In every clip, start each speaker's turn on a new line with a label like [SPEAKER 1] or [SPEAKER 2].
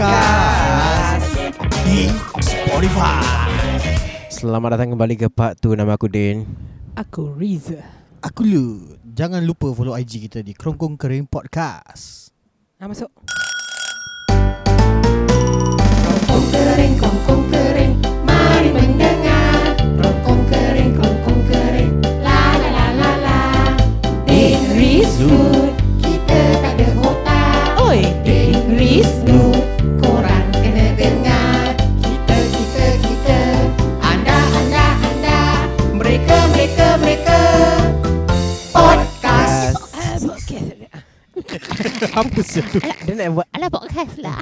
[SPEAKER 1] Podcast
[SPEAKER 2] di Spotify.
[SPEAKER 1] Selamat datang kembali ke part tu Nama aku Din
[SPEAKER 3] Aku Riza
[SPEAKER 2] Aku lu. Jangan lupa follow IG kita di Kerongkong Kering Podcast.
[SPEAKER 3] Nak masuk
[SPEAKER 4] Kongkong kering, kongkong kering, mari mendengar. Kongkong kering, kongkong kering, la la la la la. Ding Rizwood, kita tak ada otak.
[SPEAKER 3] Oi
[SPEAKER 4] Ding Rizwood, korang kena dengar. Kita, kita, kita, anda, anda, anda, mereka, mereka, mereka. Podcast.
[SPEAKER 2] À.
[SPEAKER 3] Ah, Podcast
[SPEAKER 2] Apa sih tu?
[SPEAKER 3] Alah, dia nak buat Alah podcast lah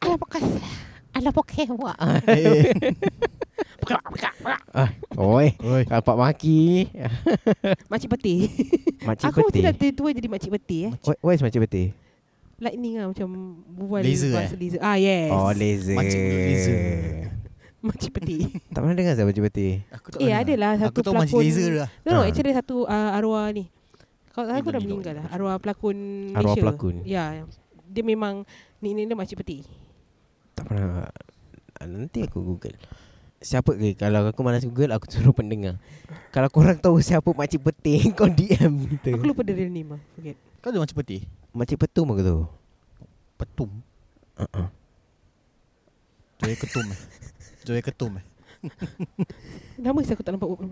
[SPEAKER 3] Alah podcast lah Alah podcast buat
[SPEAKER 2] Eh,
[SPEAKER 1] ah, Oi
[SPEAKER 2] Oi.
[SPEAKER 1] Kalpak maki
[SPEAKER 3] Makcik peti
[SPEAKER 1] Makcik
[SPEAKER 3] Aku
[SPEAKER 1] peti
[SPEAKER 3] mesti dah tua jadi makcik peti eh
[SPEAKER 1] Wha- What is makcik peti?
[SPEAKER 3] Lightning lah macam Bual
[SPEAKER 2] Laser,
[SPEAKER 3] bahasa
[SPEAKER 2] eh?
[SPEAKER 3] laser. Ah yes
[SPEAKER 1] Oh laser
[SPEAKER 2] Makcik laser.
[SPEAKER 3] Makcik peti
[SPEAKER 1] Tak pernah dengar saya makcik peti
[SPEAKER 2] aku
[SPEAKER 3] Eh ada lah
[SPEAKER 2] Aku
[SPEAKER 3] satu
[SPEAKER 2] tahu
[SPEAKER 3] pelakon
[SPEAKER 2] macam laser lah.
[SPEAKER 3] No no
[SPEAKER 1] Ah. Eh,
[SPEAKER 3] actually satu uh, arwah ni Kalau tak salah aku
[SPEAKER 2] Gila, gila,
[SPEAKER 3] dah meninggal
[SPEAKER 2] gila.
[SPEAKER 3] lah Arwah pelakon Malaysia
[SPEAKER 1] Arwah pelakon.
[SPEAKER 3] Ya Dia memang Nickname dia makcik peti
[SPEAKER 1] Tak pernah Ah, Nanti aku google Siapa ke Kalau aku malas google Aku suruh pendengar Kalau korang tahu siapa makcik peti Kau DM kita
[SPEAKER 3] Aku lupa the real name lah Forget
[SPEAKER 2] Kau ada macam peti?
[SPEAKER 1] Makcik petum aku tu
[SPEAKER 2] Petum.
[SPEAKER 1] Uh-uh.
[SPEAKER 2] Joy ketum eh. Joy ketum eh.
[SPEAKER 3] Lama saya aku tak nampak buat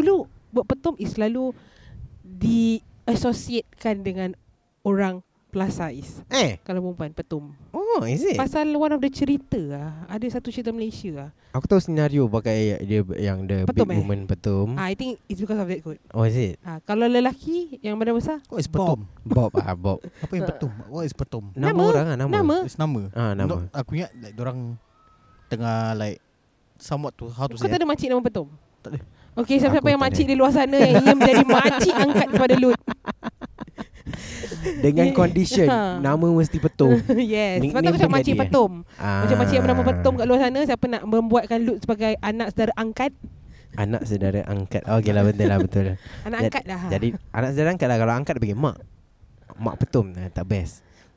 [SPEAKER 3] Dulu buat petom is selalu diassociatekan dengan orang plus size
[SPEAKER 1] Eh
[SPEAKER 3] kalau perempuan petom.
[SPEAKER 1] Oh is it
[SPEAKER 3] Pasal one of the cerita lah. Ada satu cerita Malaysia lah.
[SPEAKER 1] Aku tahu senario pakai dia yang the
[SPEAKER 3] Petum, eh?
[SPEAKER 1] big woman petum.
[SPEAKER 3] Ah, I think it's because of that kot.
[SPEAKER 1] Oh is it?
[SPEAKER 3] Ah, kalau lelaki yang badan besar,
[SPEAKER 2] What is petum?
[SPEAKER 1] Bob ah Bob.
[SPEAKER 2] Apa yang petum? What is petum?
[SPEAKER 1] Nama,
[SPEAKER 3] Nama.
[SPEAKER 1] orang ah nama.
[SPEAKER 3] nama.
[SPEAKER 2] It's nama.
[SPEAKER 1] Ah nama.
[SPEAKER 2] No, aku ingat like orang tengah like somewhat to how to
[SPEAKER 3] Kau
[SPEAKER 2] say. eh?
[SPEAKER 3] tak ada makcik nama petom?
[SPEAKER 2] Tak ada.
[SPEAKER 3] Okay, siapa-siapa
[SPEAKER 1] eh. Aku
[SPEAKER 3] yang
[SPEAKER 1] tak
[SPEAKER 3] makcik
[SPEAKER 1] ada.
[SPEAKER 3] di luar sana yang ingin menjadi makcik angkat kepada Lut.
[SPEAKER 1] Dengan condition
[SPEAKER 3] Ha.
[SPEAKER 1] nama mesti petum.
[SPEAKER 3] yes. Sebab tu
[SPEAKER 1] Nickname
[SPEAKER 3] aku cakap
[SPEAKER 1] pun
[SPEAKER 3] makcik
[SPEAKER 1] jadi, eh?
[SPEAKER 3] petom.
[SPEAKER 1] ah.
[SPEAKER 3] Macam makcik yang bernama petom kat luar sana, siapa nak membuatkan Lut sebagai anak saudara angkat,
[SPEAKER 1] Anak saudara angkat. Oh, okay lah betul lah betul.
[SPEAKER 3] anak
[SPEAKER 1] Jad-
[SPEAKER 3] angkat lah.
[SPEAKER 1] Jadi anak saudara angkat lah kalau angkat dia panggil mak. Mak petum ah, tak best.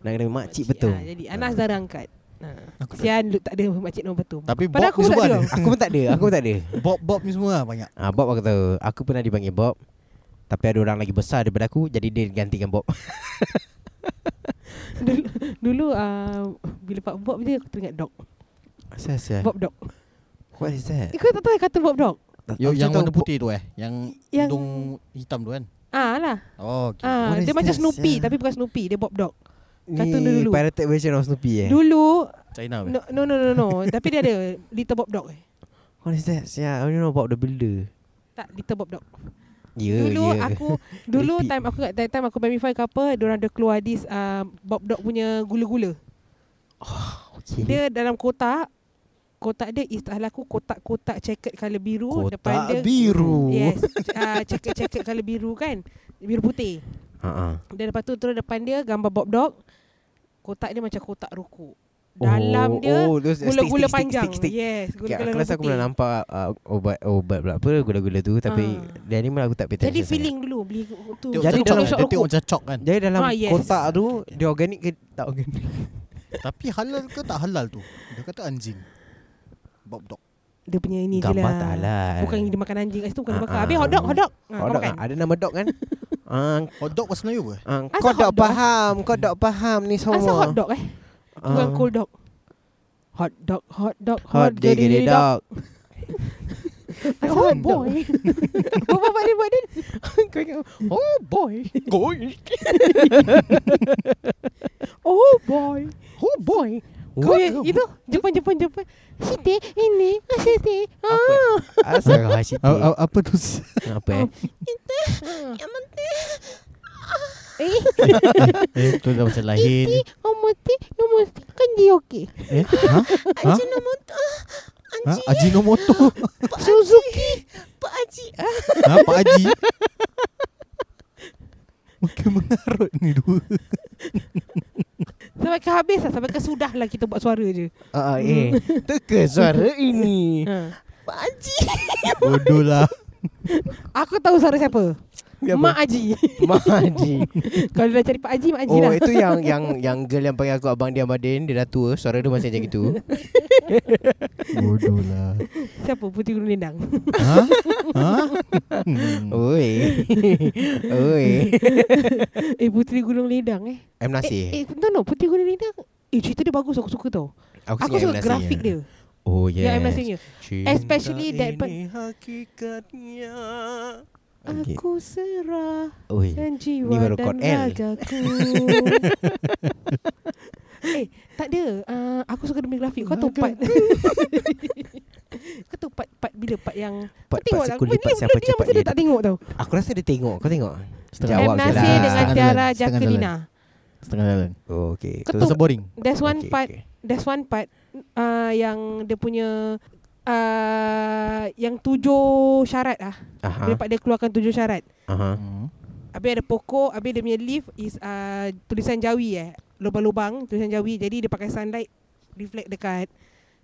[SPEAKER 1] Nak kena makcik petum.
[SPEAKER 3] Ah, jadi anak saudara angkat. Ha.
[SPEAKER 2] Aku tak-
[SPEAKER 3] Sian lu tak ada makcik nama petum.
[SPEAKER 2] Tapi
[SPEAKER 3] Padahal
[SPEAKER 2] Bob
[SPEAKER 3] aku
[SPEAKER 2] ni
[SPEAKER 3] tak
[SPEAKER 2] semua
[SPEAKER 3] ada.
[SPEAKER 2] ada.
[SPEAKER 1] Aku pun tak ada, aku pun tak ada.
[SPEAKER 2] Bob Bob ni semua lah banyak.
[SPEAKER 1] Ah Bob aku tahu. Aku pernah dipanggil Bob. Tapi ada orang lagi besar daripada aku jadi dia gantikan Bob.
[SPEAKER 3] Dulu, dulu uh, bila Pak Bob je aku teringat dog.
[SPEAKER 1] Asal asal.
[SPEAKER 3] Bob dog.
[SPEAKER 1] What is that?
[SPEAKER 3] Eh, kau tak tahu kata Bob dog?
[SPEAKER 2] Yo,
[SPEAKER 1] Aku
[SPEAKER 2] yang
[SPEAKER 1] tahu
[SPEAKER 2] warna
[SPEAKER 1] Bob-
[SPEAKER 2] putih tu eh. Yang,
[SPEAKER 3] Yang-
[SPEAKER 2] hidung hitam tu kan.
[SPEAKER 3] Ah lah.
[SPEAKER 2] Oh, okay.
[SPEAKER 3] Ah,
[SPEAKER 1] What is
[SPEAKER 3] dia macam
[SPEAKER 1] that,
[SPEAKER 3] Snoopy
[SPEAKER 1] sia?
[SPEAKER 3] tapi bukan Snoopy, dia Bob dog. Kartun dia
[SPEAKER 1] Ni
[SPEAKER 3] dulu.
[SPEAKER 1] pirated version of Snoopy eh.
[SPEAKER 3] Dulu
[SPEAKER 2] China. eh?
[SPEAKER 3] no no no no, no. tapi dia ada Little Bob dog. eh.
[SPEAKER 1] What is that? Yeah, I don't know about the builder.
[SPEAKER 3] Tak Little Bob dog.
[SPEAKER 1] Ya,
[SPEAKER 3] Dulu
[SPEAKER 1] ya.
[SPEAKER 3] aku dulu
[SPEAKER 1] Repeat.
[SPEAKER 3] time aku kat that time aku primary 5 ke apa, dia orang ada keluar this uh, Bob dog punya gula-gula.
[SPEAKER 1] Okay.
[SPEAKER 3] Dia dalam kotak Kotak dia istilah aku kotak-kotak checkered colour biru
[SPEAKER 1] Kotak
[SPEAKER 3] depan dia
[SPEAKER 1] biru.
[SPEAKER 3] Yes uh, Checkered-checkered colour biru kan Biru putih
[SPEAKER 1] Ha
[SPEAKER 3] Dan lepas tu terus depan dia gambar Bob Dog Kotak dia macam kotak rokok Dalam
[SPEAKER 1] Oh,
[SPEAKER 3] dia
[SPEAKER 1] oh, those stick,
[SPEAKER 3] Gula-gula
[SPEAKER 1] stick, stick,
[SPEAKER 3] panjang
[SPEAKER 1] stick, stick.
[SPEAKER 3] Yes gula-gula
[SPEAKER 1] Kelas
[SPEAKER 3] warna
[SPEAKER 1] aku pernah
[SPEAKER 3] putih.
[SPEAKER 1] nampak uh, obat obat pula apa gula-gula tu tapi
[SPEAKER 3] Ah.
[SPEAKER 1] dia ni memang aku tak pay
[SPEAKER 3] Jadi
[SPEAKER 1] attention
[SPEAKER 3] feeling dulu beli tu
[SPEAKER 2] Tengok
[SPEAKER 1] Jadi
[SPEAKER 2] Jadi
[SPEAKER 1] dalam-
[SPEAKER 2] dalam
[SPEAKER 3] shop
[SPEAKER 2] dia tengok
[SPEAKER 3] rokok.
[SPEAKER 2] macam cok kan.
[SPEAKER 1] sangat. Jadi dalam
[SPEAKER 3] Ah, yes.
[SPEAKER 1] kotak tu dia organik ke tak organik?
[SPEAKER 2] Tapi halal ke tak halal tu? Dia kata anjing. Bob dog.
[SPEAKER 3] Dia punya ini je
[SPEAKER 1] Gambar
[SPEAKER 3] lah
[SPEAKER 1] tak halal.
[SPEAKER 3] Bukan yang dimakan anjing kat situ Bukan
[SPEAKER 1] Ah,
[SPEAKER 3] dibakar
[SPEAKER 1] ah.
[SPEAKER 3] Habis hot dog Hot dog Ah, kau
[SPEAKER 1] Hot dog
[SPEAKER 3] makan.
[SPEAKER 1] kan? Ada nama dog kan? Ah,
[SPEAKER 2] Hot dog bahasa Melayu ke?
[SPEAKER 1] ah,
[SPEAKER 3] Asal
[SPEAKER 1] kau
[SPEAKER 3] hot
[SPEAKER 1] tak
[SPEAKER 3] dog?
[SPEAKER 1] faham, kau tak faham ni semua.
[SPEAKER 3] Asal hot dog eh
[SPEAKER 1] Ah.
[SPEAKER 3] Bukan cold dog Hot dog Hot dog
[SPEAKER 1] Hot diggity dog.
[SPEAKER 3] Oh boy Apa bapak dia buat dia
[SPEAKER 1] Kau ingat, oh boy. Going.
[SPEAKER 3] Oh boy
[SPEAKER 1] Oh boy.
[SPEAKER 3] Kau
[SPEAKER 1] What
[SPEAKER 3] yang
[SPEAKER 1] the-
[SPEAKER 3] itu Jepun Jepun Jepun Siti ini ah, Siti
[SPEAKER 1] Apa?
[SPEAKER 3] Ah
[SPEAKER 1] Asal kau asyik
[SPEAKER 3] Oh,
[SPEAKER 2] Apa tu?
[SPEAKER 1] Apa eh?
[SPEAKER 3] Ah. Eh
[SPEAKER 2] eh, tu dah macam lain.
[SPEAKER 3] Oh mesti Oh mesti Kan dia okey
[SPEAKER 2] eh? Ha? ha? Ajinomoto. Ha? Ajinomoto.
[SPEAKER 3] Suzuki
[SPEAKER 2] ha, Pak Haji. Makin mengarut ni dua.
[SPEAKER 3] Sampai ke habis lah Sampai ke sudah lah Kita buat suara je
[SPEAKER 1] Ah, ah, eh.
[SPEAKER 3] Hmm.
[SPEAKER 1] Teka suara ini.
[SPEAKER 3] ha.
[SPEAKER 2] Bodoh lah.
[SPEAKER 3] Aku tahu suara siapa
[SPEAKER 1] Dia
[SPEAKER 3] Mak Haji
[SPEAKER 1] Mak Haji
[SPEAKER 3] Kalau dah cari Pak Haji Mak Haji
[SPEAKER 1] Oh
[SPEAKER 3] lah
[SPEAKER 1] itu yang yang yang girl yang panggil aku abang dia Abadin Dia dah tua Suara dia masih macam gitu
[SPEAKER 2] Bodoh lah
[SPEAKER 3] Siapa Putih Gurun Lendang
[SPEAKER 2] Ha? Ha? Hmm.
[SPEAKER 1] Oi Oi
[SPEAKER 3] Eh Putih Gurun Lendang eh
[SPEAKER 1] M. Nasir
[SPEAKER 3] Eh, eh no no Putih Gurun Lendang Eh cerita dia bagus Aku suka tau Aku suka
[SPEAKER 1] suka M. Nasir
[SPEAKER 3] grafik
[SPEAKER 1] punya.
[SPEAKER 3] dia
[SPEAKER 1] Oh
[SPEAKER 3] yes. Yang
[SPEAKER 1] kan yes
[SPEAKER 3] I'm punya
[SPEAKER 1] Cinta
[SPEAKER 3] Especially that part.
[SPEAKER 1] ini hakikatnya Okay.
[SPEAKER 3] Aku serahkan
[SPEAKER 1] Oi
[SPEAKER 3] jiwa
[SPEAKER 1] Ni baru chord
[SPEAKER 3] dan
[SPEAKER 1] L.
[SPEAKER 3] ragaku Eh tak ada uh, Aku suka demi grafik Kau tahu part Kau tahu part, part bila Part yang
[SPEAKER 1] Part,
[SPEAKER 3] Kau tengok
[SPEAKER 1] part
[SPEAKER 3] lah
[SPEAKER 1] sekali
[SPEAKER 3] Ni
[SPEAKER 1] Part siapa
[SPEAKER 3] dia
[SPEAKER 1] cepat
[SPEAKER 3] masa
[SPEAKER 1] dia
[SPEAKER 3] dia tak tengok tau
[SPEAKER 1] Aku rasa dia tengok Kau tengok Setengah
[SPEAKER 3] M.
[SPEAKER 1] awak je
[SPEAKER 3] Nasir
[SPEAKER 1] lah
[SPEAKER 3] dengan
[SPEAKER 2] Setengah
[SPEAKER 3] Tiara
[SPEAKER 2] jalan, setengah
[SPEAKER 3] Jacquelina
[SPEAKER 2] Setengah jalan
[SPEAKER 1] Oh okay
[SPEAKER 3] Kau
[SPEAKER 1] So,
[SPEAKER 3] tahu-
[SPEAKER 2] Rasa boring
[SPEAKER 3] There's one
[SPEAKER 1] okay,
[SPEAKER 3] part
[SPEAKER 1] okay.
[SPEAKER 3] There's one part uh, Yang dia punya uh, Yang tujuh syarat lah
[SPEAKER 1] Aha
[SPEAKER 3] Bila part dia keluarkan tujuh syarat
[SPEAKER 1] Aha
[SPEAKER 2] Hmm.
[SPEAKER 3] Habis ada pokok Habis dia punya leaf is uh, Tulisan jawi eh Lubang-lubang Tulisan jawi Jadi dia pakai sunlight Reflect dekat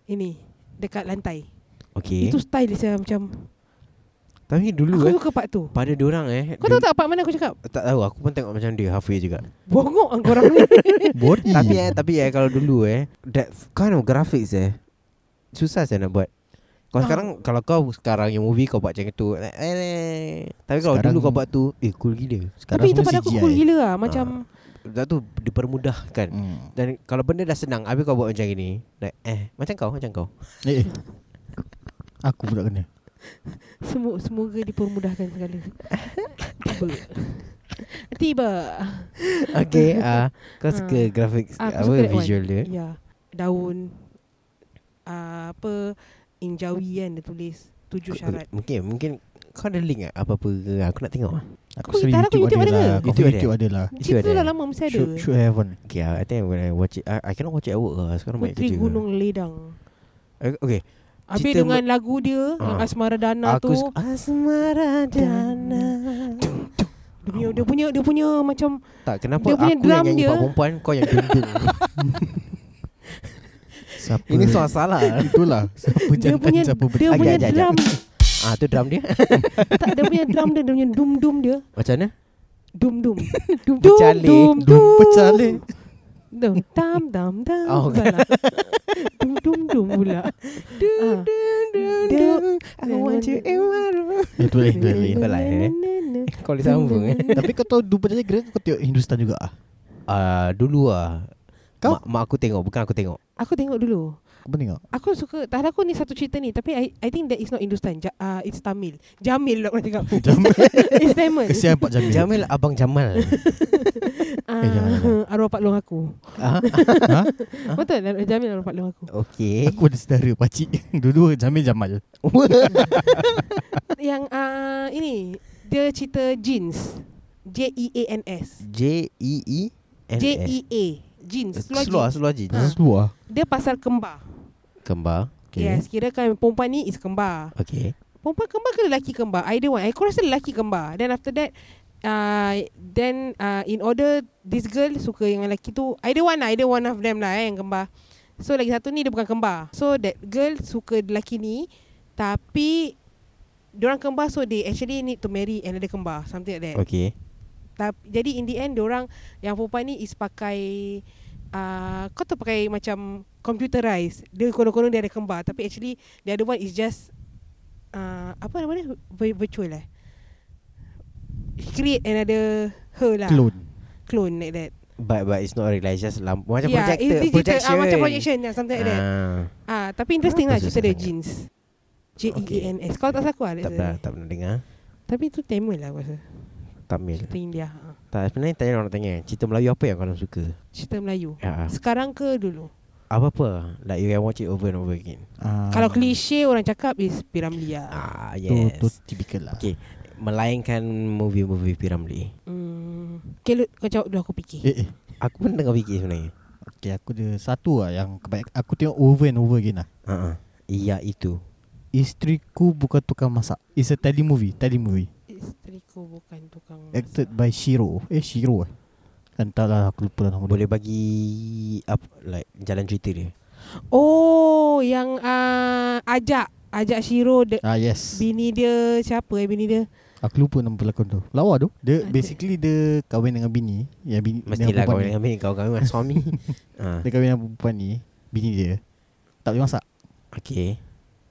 [SPEAKER 3] Ini Dekat lantai
[SPEAKER 1] Okay
[SPEAKER 3] Itu style dia macam
[SPEAKER 1] Tapi
[SPEAKER 3] Aku
[SPEAKER 1] dulu eh
[SPEAKER 3] suka part tu
[SPEAKER 1] Pada diorang eh
[SPEAKER 3] Kau tahu tak part mana aku cakap
[SPEAKER 1] Tak tahu aku pun tengok macam dia Halfway juga
[SPEAKER 3] Bongok lah korang ni Hmm.
[SPEAKER 2] Boring
[SPEAKER 1] Tapi eh Tapi eh Kalau dulu eh That kind of graphics eh Susah saya nak buat Kau
[SPEAKER 3] Ah.
[SPEAKER 1] sekarang Kalau kau sekarang Yang movie kau buat macam tu eh, eh, eh. Tapi kalau
[SPEAKER 2] Sekarang-
[SPEAKER 1] dulu kau buat tu Eh cool gila
[SPEAKER 3] Tapi
[SPEAKER 1] Sekarang
[SPEAKER 3] itu
[SPEAKER 2] semua
[SPEAKER 3] pada aku
[SPEAKER 2] CGI.
[SPEAKER 3] cool gila lah Macam
[SPEAKER 1] Dah tu dipermudahkan
[SPEAKER 2] Hmm.
[SPEAKER 1] Dan kalau benda dah senang Habis kau buat macam gini like, Eh macam kau Macam kau
[SPEAKER 2] Eh, eh. Aku pula kena
[SPEAKER 1] Ah.
[SPEAKER 3] Semu- Semoga dipermudahkan segala Tiba Tiba
[SPEAKER 1] Okay uh,
[SPEAKER 3] Ah.
[SPEAKER 1] Kau suka grafik
[SPEAKER 3] Aku
[SPEAKER 1] Apa
[SPEAKER 3] suka that one.
[SPEAKER 1] visual dia
[SPEAKER 3] Ya Daun uh, Apa Injawi kan dia tulis Tujuh syarat
[SPEAKER 1] Mungkin Mungkin Kau ada link tak Apa-apa ke Aku nak tengok lah
[SPEAKER 2] Aku
[SPEAKER 3] Kau
[SPEAKER 2] sering
[SPEAKER 3] tak ada, kau
[SPEAKER 2] YouTube
[SPEAKER 3] YouTube
[SPEAKER 2] ada
[SPEAKER 3] ada
[SPEAKER 2] lah
[SPEAKER 1] ke?
[SPEAKER 2] Kau
[SPEAKER 1] YouTube
[SPEAKER 2] punya
[SPEAKER 1] ada?
[SPEAKER 2] YouTube ada lah
[SPEAKER 1] Itu
[SPEAKER 3] Cerita tu
[SPEAKER 1] ada.
[SPEAKER 3] dah lama mesti ada
[SPEAKER 2] Should, should have one
[SPEAKER 1] Okay ah, I think I'm gonna watch it I, I cannot watch it at work lah Sekarang banyak
[SPEAKER 3] Puteri
[SPEAKER 1] kerja
[SPEAKER 3] Gunung Ledang
[SPEAKER 1] Eh, Okay
[SPEAKER 3] Habis
[SPEAKER 1] Cerita
[SPEAKER 3] dengan lagu dia
[SPEAKER 1] Ah.
[SPEAKER 3] Yang Asmara Dana
[SPEAKER 1] Aku
[SPEAKER 3] tu
[SPEAKER 1] suka Asmara Dana
[SPEAKER 3] dia punya,
[SPEAKER 1] Oh.
[SPEAKER 3] dia punya Dia punya macam
[SPEAKER 1] Tak kenapa
[SPEAKER 3] Dia punya
[SPEAKER 1] aku
[SPEAKER 3] drum
[SPEAKER 1] yang nyanyi
[SPEAKER 3] dia.
[SPEAKER 1] pak perempuan Kau yang dundung
[SPEAKER 2] Siapa
[SPEAKER 1] Ini soal salah
[SPEAKER 2] Itulah Siapa
[SPEAKER 3] Dia
[SPEAKER 2] jantan
[SPEAKER 3] punya
[SPEAKER 2] Siapa
[SPEAKER 3] Dia
[SPEAKER 2] betul
[SPEAKER 1] Ajak,
[SPEAKER 3] punya
[SPEAKER 1] ajak, ajak.
[SPEAKER 3] drum
[SPEAKER 1] Ah tu drum dia
[SPEAKER 3] Tak dia punya drum dia Dia punya dum-dum dia
[SPEAKER 1] Macam mana
[SPEAKER 3] Dum-dum Dum-dum
[SPEAKER 1] pecalik.
[SPEAKER 2] Dum pecalik
[SPEAKER 3] Dum dam dam dam. Oh,
[SPEAKER 1] Oh, bukan.
[SPEAKER 3] dum dum dum pula. Ah.
[SPEAKER 1] I want you in my room
[SPEAKER 2] Itu lain Itu lain
[SPEAKER 1] Kau lah, eh. Kau boleh sambung eh
[SPEAKER 2] Tapi kau tahu Dum pecalik Kira kau tengok Hindustan juga ah.
[SPEAKER 1] Ah, Dulu lah
[SPEAKER 2] Kau?
[SPEAKER 1] Mak, mak aku tengok Bukan aku tengok
[SPEAKER 3] Aku tengok dulu.
[SPEAKER 2] Kau pun tengok
[SPEAKER 3] Aku suka tak ada aku ni satu cerita ni tapi I, I think that is not Hindustan. Ja, uh, it's Tamil. Jamil lah orang cakap.
[SPEAKER 2] Jamil
[SPEAKER 3] It's Tamil.
[SPEAKER 2] Kesian Pak Jamil
[SPEAKER 1] Jamil Abang Jamal
[SPEAKER 2] Eh, jangan, jangan.
[SPEAKER 3] Uh, arwah pak long aku.
[SPEAKER 1] ah,
[SPEAKER 2] ha?
[SPEAKER 3] Betul Jamil arwah pak long aku.
[SPEAKER 1] Okay
[SPEAKER 2] Aku ada saudara pakcik Dua-dua Jamil Jamal
[SPEAKER 3] Yang uh, ini dia cerita jeans. J E A N S.
[SPEAKER 1] J-E-E
[SPEAKER 3] J E A jeans. Seluar
[SPEAKER 1] Seluar
[SPEAKER 3] jeans.
[SPEAKER 1] Seluar je
[SPEAKER 3] Ah.
[SPEAKER 2] Seluar
[SPEAKER 3] Dia pasal kembar.
[SPEAKER 1] Kembar
[SPEAKER 3] Okay. Yes, kira kan perempuan ni is kembar.
[SPEAKER 1] Okay
[SPEAKER 3] Perempuan kembar ke lelaki kembar? Either one. Aku rasa lelaki kembar. Then after that, uh, then uh, in order this girl suka yang lelaki tu. Either one lah. Either one of them lah eh, yang kembar. So lagi satu ni dia bukan kembar. So that girl suka lelaki ni. Tapi orang kembar so they actually need to marry another kembar. Something like that.
[SPEAKER 1] Okay
[SPEAKER 3] Tapi, jadi in the end orang yang perempuan ni is pakai uh, kau tu pakai macam computerized. Dia konon-konon dia ada kembar tapi actually the other one is just uh, apa nama dia Vir- virtual eh. Create another her lah.
[SPEAKER 2] Clone
[SPEAKER 3] Clone like that.
[SPEAKER 1] But but it's not real lah It's just lamp Macam
[SPEAKER 3] Yeah,
[SPEAKER 1] projector
[SPEAKER 3] it's digital,
[SPEAKER 1] Projection
[SPEAKER 3] Ah, macam projection yeah, something like that.
[SPEAKER 1] Ah,
[SPEAKER 3] Ah, tapi interesting lah
[SPEAKER 1] Apa
[SPEAKER 3] cerita dia
[SPEAKER 1] susah sangat?
[SPEAKER 3] jeans. J E A N S. Kalau tak salah aku lah.
[SPEAKER 1] Tak pernah Tak pernah dengar
[SPEAKER 3] Tapi tu Tamil lah aku rasa.
[SPEAKER 1] Tamil lah.
[SPEAKER 3] Cerita India. Ah.
[SPEAKER 1] Tak sebenarnya tanya orang tanya Cerita Melayu apa yang korang suka
[SPEAKER 3] Cerita Melayu.
[SPEAKER 1] Ah, ah.
[SPEAKER 3] Sekarang ke dulu?
[SPEAKER 1] Apa-apa Like you can watch it over and over again
[SPEAKER 2] Ah,
[SPEAKER 3] Kalau klise orang cakap is Piramlia.
[SPEAKER 1] Ah
[SPEAKER 2] Tu
[SPEAKER 1] yes
[SPEAKER 2] tu typical lah
[SPEAKER 1] Okay. Melainkan movie-movie Piramli
[SPEAKER 3] Hmm. Okay, Lut, kau jawab dulu aku fikir.
[SPEAKER 2] Eh eh
[SPEAKER 1] Aku pun tengah fikir sebenarnya
[SPEAKER 2] Okay aku ada satu lah Yang kebanyakan Aku tengok over and over again lah
[SPEAKER 1] uh-uh. Iya itu
[SPEAKER 2] Isteriku bukan tukang masak It's a tele movie Tele movie
[SPEAKER 3] Isteriku bukan tukang
[SPEAKER 2] Acted by Shiro Eh Shiro eh Entahlah aku lupa lah nama dia
[SPEAKER 1] Boleh bagi apa, Like jalan cerita dia
[SPEAKER 3] Oh, yang uh, ajak ajak Shiro de-
[SPEAKER 2] Ah yes
[SPEAKER 3] bini dia siapa eh bini dia?
[SPEAKER 2] Aku lupa nama pelakon tu Lawa tu Dia
[SPEAKER 3] Ada.
[SPEAKER 2] basically dia Kahwin dengan bini Yang bini
[SPEAKER 1] Mestilah
[SPEAKER 2] perempuan
[SPEAKER 1] kau
[SPEAKER 2] ni.
[SPEAKER 1] dengan ambil Kau kahwin dengan suami ha,
[SPEAKER 2] Dia kahwin dengan perempuan ni Bini dia Tak boleh masak
[SPEAKER 1] Okay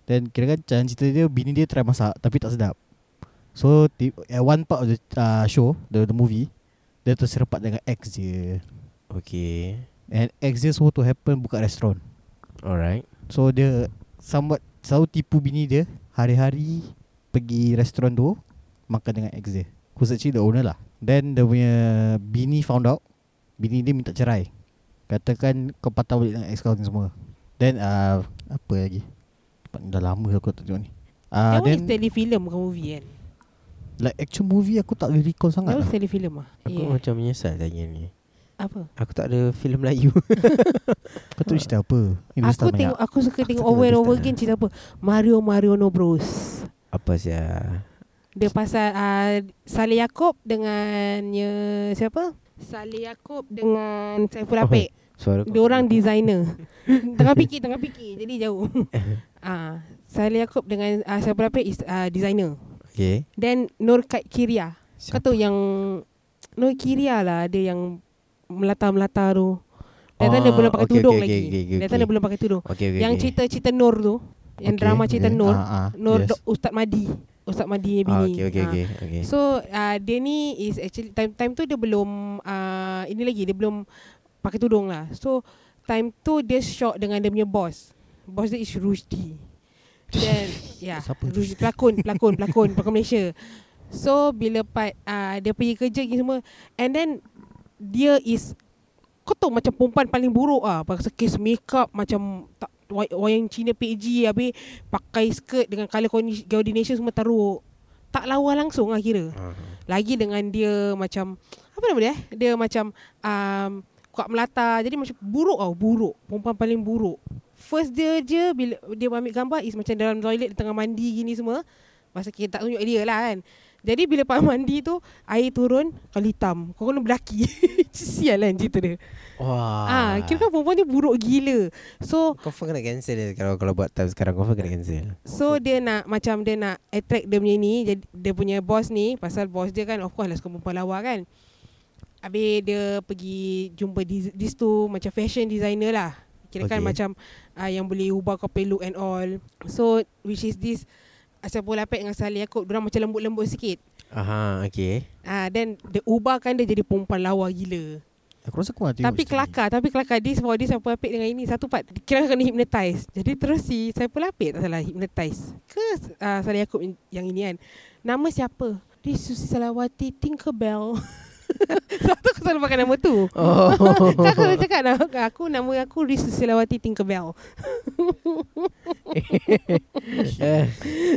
[SPEAKER 2] Then kira kan Macam cerita dia Bini dia try masak Tapi tak sedap So ti- At one part of the uh, show The, the movie Dia terserepat dengan ex dia
[SPEAKER 1] Okay
[SPEAKER 2] And ex dia so to happen Buka restoran
[SPEAKER 1] Alright
[SPEAKER 2] So dia Somewhat Selalu tipu bini dia Hari-hari Pergi restoran tu Makan dengan ex dia Who's actually the owner lah Then dia punya Bini found out Bini dia minta cerai Katakan Kau patah balik dengan ex kau ni semua Then uh, Apa lagi Tempat ni Dah lama aku tak tengok ni uh,
[SPEAKER 3] That
[SPEAKER 1] Ah,
[SPEAKER 3] one
[SPEAKER 2] Then
[SPEAKER 3] is telefilm bukan movie kan
[SPEAKER 2] Like actual movie Aku tak boleh recall
[SPEAKER 3] That
[SPEAKER 2] sangat
[SPEAKER 3] one
[SPEAKER 2] lah
[SPEAKER 3] is telefilm lah
[SPEAKER 1] Aku
[SPEAKER 3] yeah.
[SPEAKER 1] macam menyesal tanya ni
[SPEAKER 3] Apa
[SPEAKER 1] Aku tak ada filem Melayu
[SPEAKER 2] lah. Kau tu cerita apa
[SPEAKER 3] Aku
[SPEAKER 2] Hindustan
[SPEAKER 3] tengok
[SPEAKER 2] banyak.
[SPEAKER 3] Aku suka
[SPEAKER 1] Aku
[SPEAKER 3] tengok
[SPEAKER 1] tak
[SPEAKER 3] over and
[SPEAKER 1] tengok
[SPEAKER 3] over
[SPEAKER 1] Hindustan.
[SPEAKER 3] again Cerita apa Mario Mario No Bros
[SPEAKER 1] Apa sia
[SPEAKER 3] Dia pasal uh, Saleh Yaakob Dengannya Siapa Saleh Yaakob Dengan Saiful
[SPEAKER 1] Oh,
[SPEAKER 3] Apek
[SPEAKER 1] Suara kau
[SPEAKER 3] Dia orang designer Tengah fikir Tengah fikir Jadi jauh Ah, Saleh Yaakob Dengan uh, Saiful Apek Is uh, designer
[SPEAKER 1] Okay
[SPEAKER 3] Then Nur Kat Kiria Kau
[SPEAKER 1] Siapa?
[SPEAKER 3] tahu yang Nur Kiria lah Dia yang Melata-melata tu Datang
[SPEAKER 1] Ah,
[SPEAKER 3] dia belum pakai
[SPEAKER 1] okay,
[SPEAKER 3] tudung
[SPEAKER 1] okay,
[SPEAKER 3] lagi
[SPEAKER 1] okay, okay, okay,
[SPEAKER 3] Datang
[SPEAKER 1] okay.
[SPEAKER 3] dia belum pakai tudung
[SPEAKER 1] Okay, okay
[SPEAKER 3] Yang
[SPEAKER 1] okay.
[SPEAKER 3] cerita-cerita Nur tu Yang
[SPEAKER 2] Okay,
[SPEAKER 3] drama cerita
[SPEAKER 2] yeah.
[SPEAKER 3] Nur
[SPEAKER 2] Ah, ah,
[SPEAKER 3] Nur
[SPEAKER 2] yes.
[SPEAKER 3] yes. Ustaz Madi Ustaz Madi
[SPEAKER 1] ah,
[SPEAKER 3] bini
[SPEAKER 1] okay, okay,
[SPEAKER 3] Ah.
[SPEAKER 1] okay, okay.
[SPEAKER 3] So uh, dia ni is actually time time tu dia belum uh, ini lagi dia belum pakai tudung lah. So time tu dia shock dengan dia punya boss. Boss dia is Rusdi. Then yeah,
[SPEAKER 2] Siapa
[SPEAKER 3] Rusdi pelakon, pelakon, pelakon, pelakon Malaysia. So bila part uh, dia pergi kerja ni semua and then dia is kau tahu macam perempuan paling buruk ah pasal kes makeup macam tak way- wayang Cina PG habis pakai skirt dengan colour coordi- coordination semua teruk. Tak lawa langsung lah kira.
[SPEAKER 1] Ah,
[SPEAKER 3] Lagi dengan dia macam apa nama dia? eh? Dia macam um, kuat melata. Jadi macam buruk tau, buruk. Perempuan paling buruk. First dia je bila dia ambil gambar is macam dalam toilet dia tengah mandi gini semua. Masa kita tak tunjuk dia lah kan. Jadi bila pak mandi tu air turun kalau hitam. Kau kena berlaki. Sial kan cerita dia.
[SPEAKER 1] Wah
[SPEAKER 3] Ah, kira kan perempuan ni buruk gila. So
[SPEAKER 1] Confirm kena cancel dia Kalau kalau buat time sekarang Confirm kena cancel
[SPEAKER 3] So dia nak macam dia nak attract dia punya ni jadi dia punya boss ni pasal boss dia kan of course lah suka perempuan lawa kan. Habis dia pergi jumpa this, this tu macam fashion designer lah. Kira kan
[SPEAKER 1] Okay.
[SPEAKER 3] macam uh, yang boleh ubah kau punya look and all. So which is this Asapul Lapet dengan Salih Yaakob Diorang macam lembut-lembut sikit
[SPEAKER 1] Aha, okay
[SPEAKER 3] Ah, Then dia ubahkan dia jadi perempuan lawa gila
[SPEAKER 2] Aku rasa aku nak tengok
[SPEAKER 3] tapi
[SPEAKER 2] cerita ni.
[SPEAKER 3] kelakar Tapi kelakar This for this Saiful Apik dengan ini Satu part Kira kena hypnotize Jadi terus si Saiful Apik Tak salah hypnotize Ke uh, Salih Yaakob yang ini kan Nama siapa This Susi Salawati Tinkerbell Satu aku selalu pakai nama tu
[SPEAKER 1] Oh
[SPEAKER 3] Kan aku dah cakap nama aku Nama aku Riz Susilawati Tinkerbell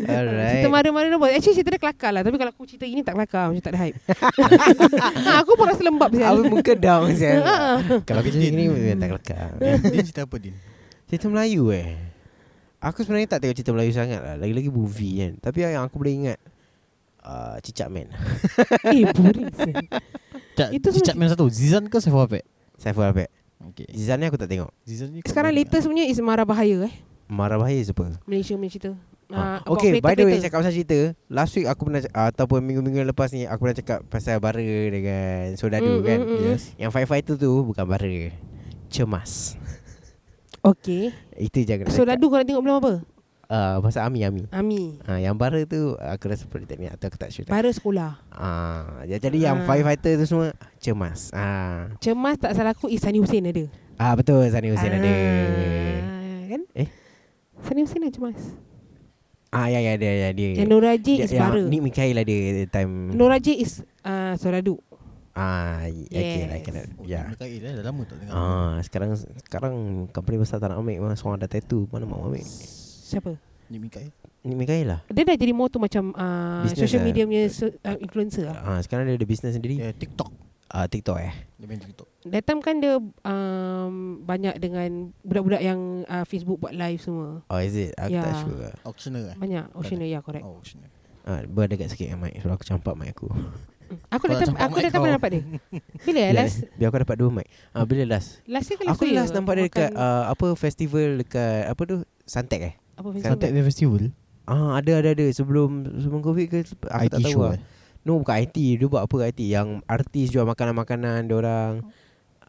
[SPEAKER 1] Alright
[SPEAKER 3] Cerita mara-mara nombor Actually cerita dia kelakar lah Tapi kalau aku cerita ini tak kelakar Macam tak ada hype ha, Aku pun rasa lembab
[SPEAKER 1] Aku
[SPEAKER 3] sial.
[SPEAKER 1] muka down sial
[SPEAKER 3] Ah,
[SPEAKER 1] Kalau kerja ni memang tak lekak
[SPEAKER 2] Din, Din Eh, cerita apa Din
[SPEAKER 1] Cerita Melayu eh Aku sebenarnya tak tengok cerita Melayu sangat lah Lagi-lagi movie kan Tapi yang aku boleh ingat uh, Cicak Man
[SPEAKER 3] Eh boring sial.
[SPEAKER 2] Cak, Itu
[SPEAKER 3] Itu semua
[SPEAKER 2] Cicak Man satu Zizan ke Saiful Apek
[SPEAKER 1] Saiful Apek
[SPEAKER 2] Okay
[SPEAKER 1] Zizan ni aku tak tengok
[SPEAKER 2] Zizan ni
[SPEAKER 3] Sekarang
[SPEAKER 2] kau-
[SPEAKER 3] latest punya Is Mara Bahaya eh
[SPEAKER 1] Marah bahaya siapa
[SPEAKER 3] Malaysia punya cerita Ah,
[SPEAKER 1] Ha.
[SPEAKER 3] about
[SPEAKER 1] Okay by the way
[SPEAKER 3] kereta-kereta.
[SPEAKER 1] Cakap pasal cerita Last week aku pernah uh, Ataupun minggu-minggu yang lepas ni Aku pernah cakap pasal Bara dengan Sodadu
[SPEAKER 3] Mm,
[SPEAKER 1] mm, kan
[SPEAKER 3] mm,
[SPEAKER 1] mm,
[SPEAKER 3] mm.
[SPEAKER 2] Yes
[SPEAKER 1] Yang firefighter tu Bukan Bara Cemas
[SPEAKER 3] Okay
[SPEAKER 1] Itu je aku nak
[SPEAKER 3] So
[SPEAKER 1] cakap
[SPEAKER 3] Ladu kau nak tengok belum apa? Ah,
[SPEAKER 1] uh, Pasal Ami Ami
[SPEAKER 3] Ami
[SPEAKER 1] uh, Yang Bara tu Aku rasa pelik tak minat Atau aku tak sure
[SPEAKER 3] Para sekolah
[SPEAKER 1] Ah, ya, jadi yang
[SPEAKER 3] Ah.
[SPEAKER 1] firefighter tu semua cemas. Ah,
[SPEAKER 3] Cemas tak salah aku Isani Hussein ada
[SPEAKER 1] ah betul Sani Hussein ada.
[SPEAKER 3] Kan?
[SPEAKER 1] Eh?
[SPEAKER 3] Sani Hussein ada cemas
[SPEAKER 1] Ah ya ya ada ya dia.
[SPEAKER 3] Yang Nora J is
[SPEAKER 1] yang
[SPEAKER 3] Bara
[SPEAKER 1] Nick Mikhail ada that time.
[SPEAKER 3] Nora J is uh, Soradu
[SPEAKER 1] Ah, yes. okay, I
[SPEAKER 3] Yes.
[SPEAKER 1] cannot.
[SPEAKER 2] Oh,
[SPEAKER 1] Ya.
[SPEAKER 2] Mereka eh, dah lama tak dengar
[SPEAKER 1] Ah, sekarang sekarang company besar tak nak ambil mah seorang ada tattoo mana mau ambil.
[SPEAKER 3] Siapa?
[SPEAKER 2] Ni Mikael
[SPEAKER 1] Nick Mikhail lah.
[SPEAKER 3] Dia dah jadi more tu macam uh,
[SPEAKER 1] Business
[SPEAKER 3] Social
[SPEAKER 1] lah.
[SPEAKER 3] media punya so, uh, influencer lah
[SPEAKER 1] Ah, sekarang dia ada business sendiri.
[SPEAKER 2] Dia TikTok
[SPEAKER 1] Ah, TikTok eh.
[SPEAKER 2] Dia main TikTok
[SPEAKER 3] That time kan dia um, Banyak dengan Budak-budak yang uh, Facebook buat live semua
[SPEAKER 1] Oh, is it? Aku tak
[SPEAKER 3] Ya.
[SPEAKER 1] sure. lah.
[SPEAKER 2] Auctioner eh
[SPEAKER 3] Banyak Oceania ya correct
[SPEAKER 2] Oh auctioner
[SPEAKER 1] Ah, berdekat sikit dengan mic sebab aku campak mic aku.
[SPEAKER 2] Kau
[SPEAKER 3] Aku
[SPEAKER 2] nak
[SPEAKER 3] dah tak
[SPEAKER 2] campak
[SPEAKER 3] aku
[SPEAKER 2] mic
[SPEAKER 3] dah tak
[SPEAKER 2] kau.
[SPEAKER 3] pernah dapat dia Bila ya,
[SPEAKER 1] Biar-
[SPEAKER 3] last
[SPEAKER 1] Biar aku dapat dua mic. Ah, bila last?
[SPEAKER 3] Last year ke last
[SPEAKER 1] Aku
[SPEAKER 3] year
[SPEAKER 1] last nampak dia dekat
[SPEAKER 3] makan-
[SPEAKER 1] uh, apa festival dekat apa tu Santek eh?
[SPEAKER 3] apa festival?
[SPEAKER 2] Santek Festival
[SPEAKER 1] Ah Ah ada ada ada sebelum sebelum Covid ke sep- aku
[SPEAKER 2] IT
[SPEAKER 1] tak tahu
[SPEAKER 2] show
[SPEAKER 1] lah.
[SPEAKER 2] eh.
[SPEAKER 1] No bukan IT, dia buat apa IT yang artis jual makanan-makanan dia orang.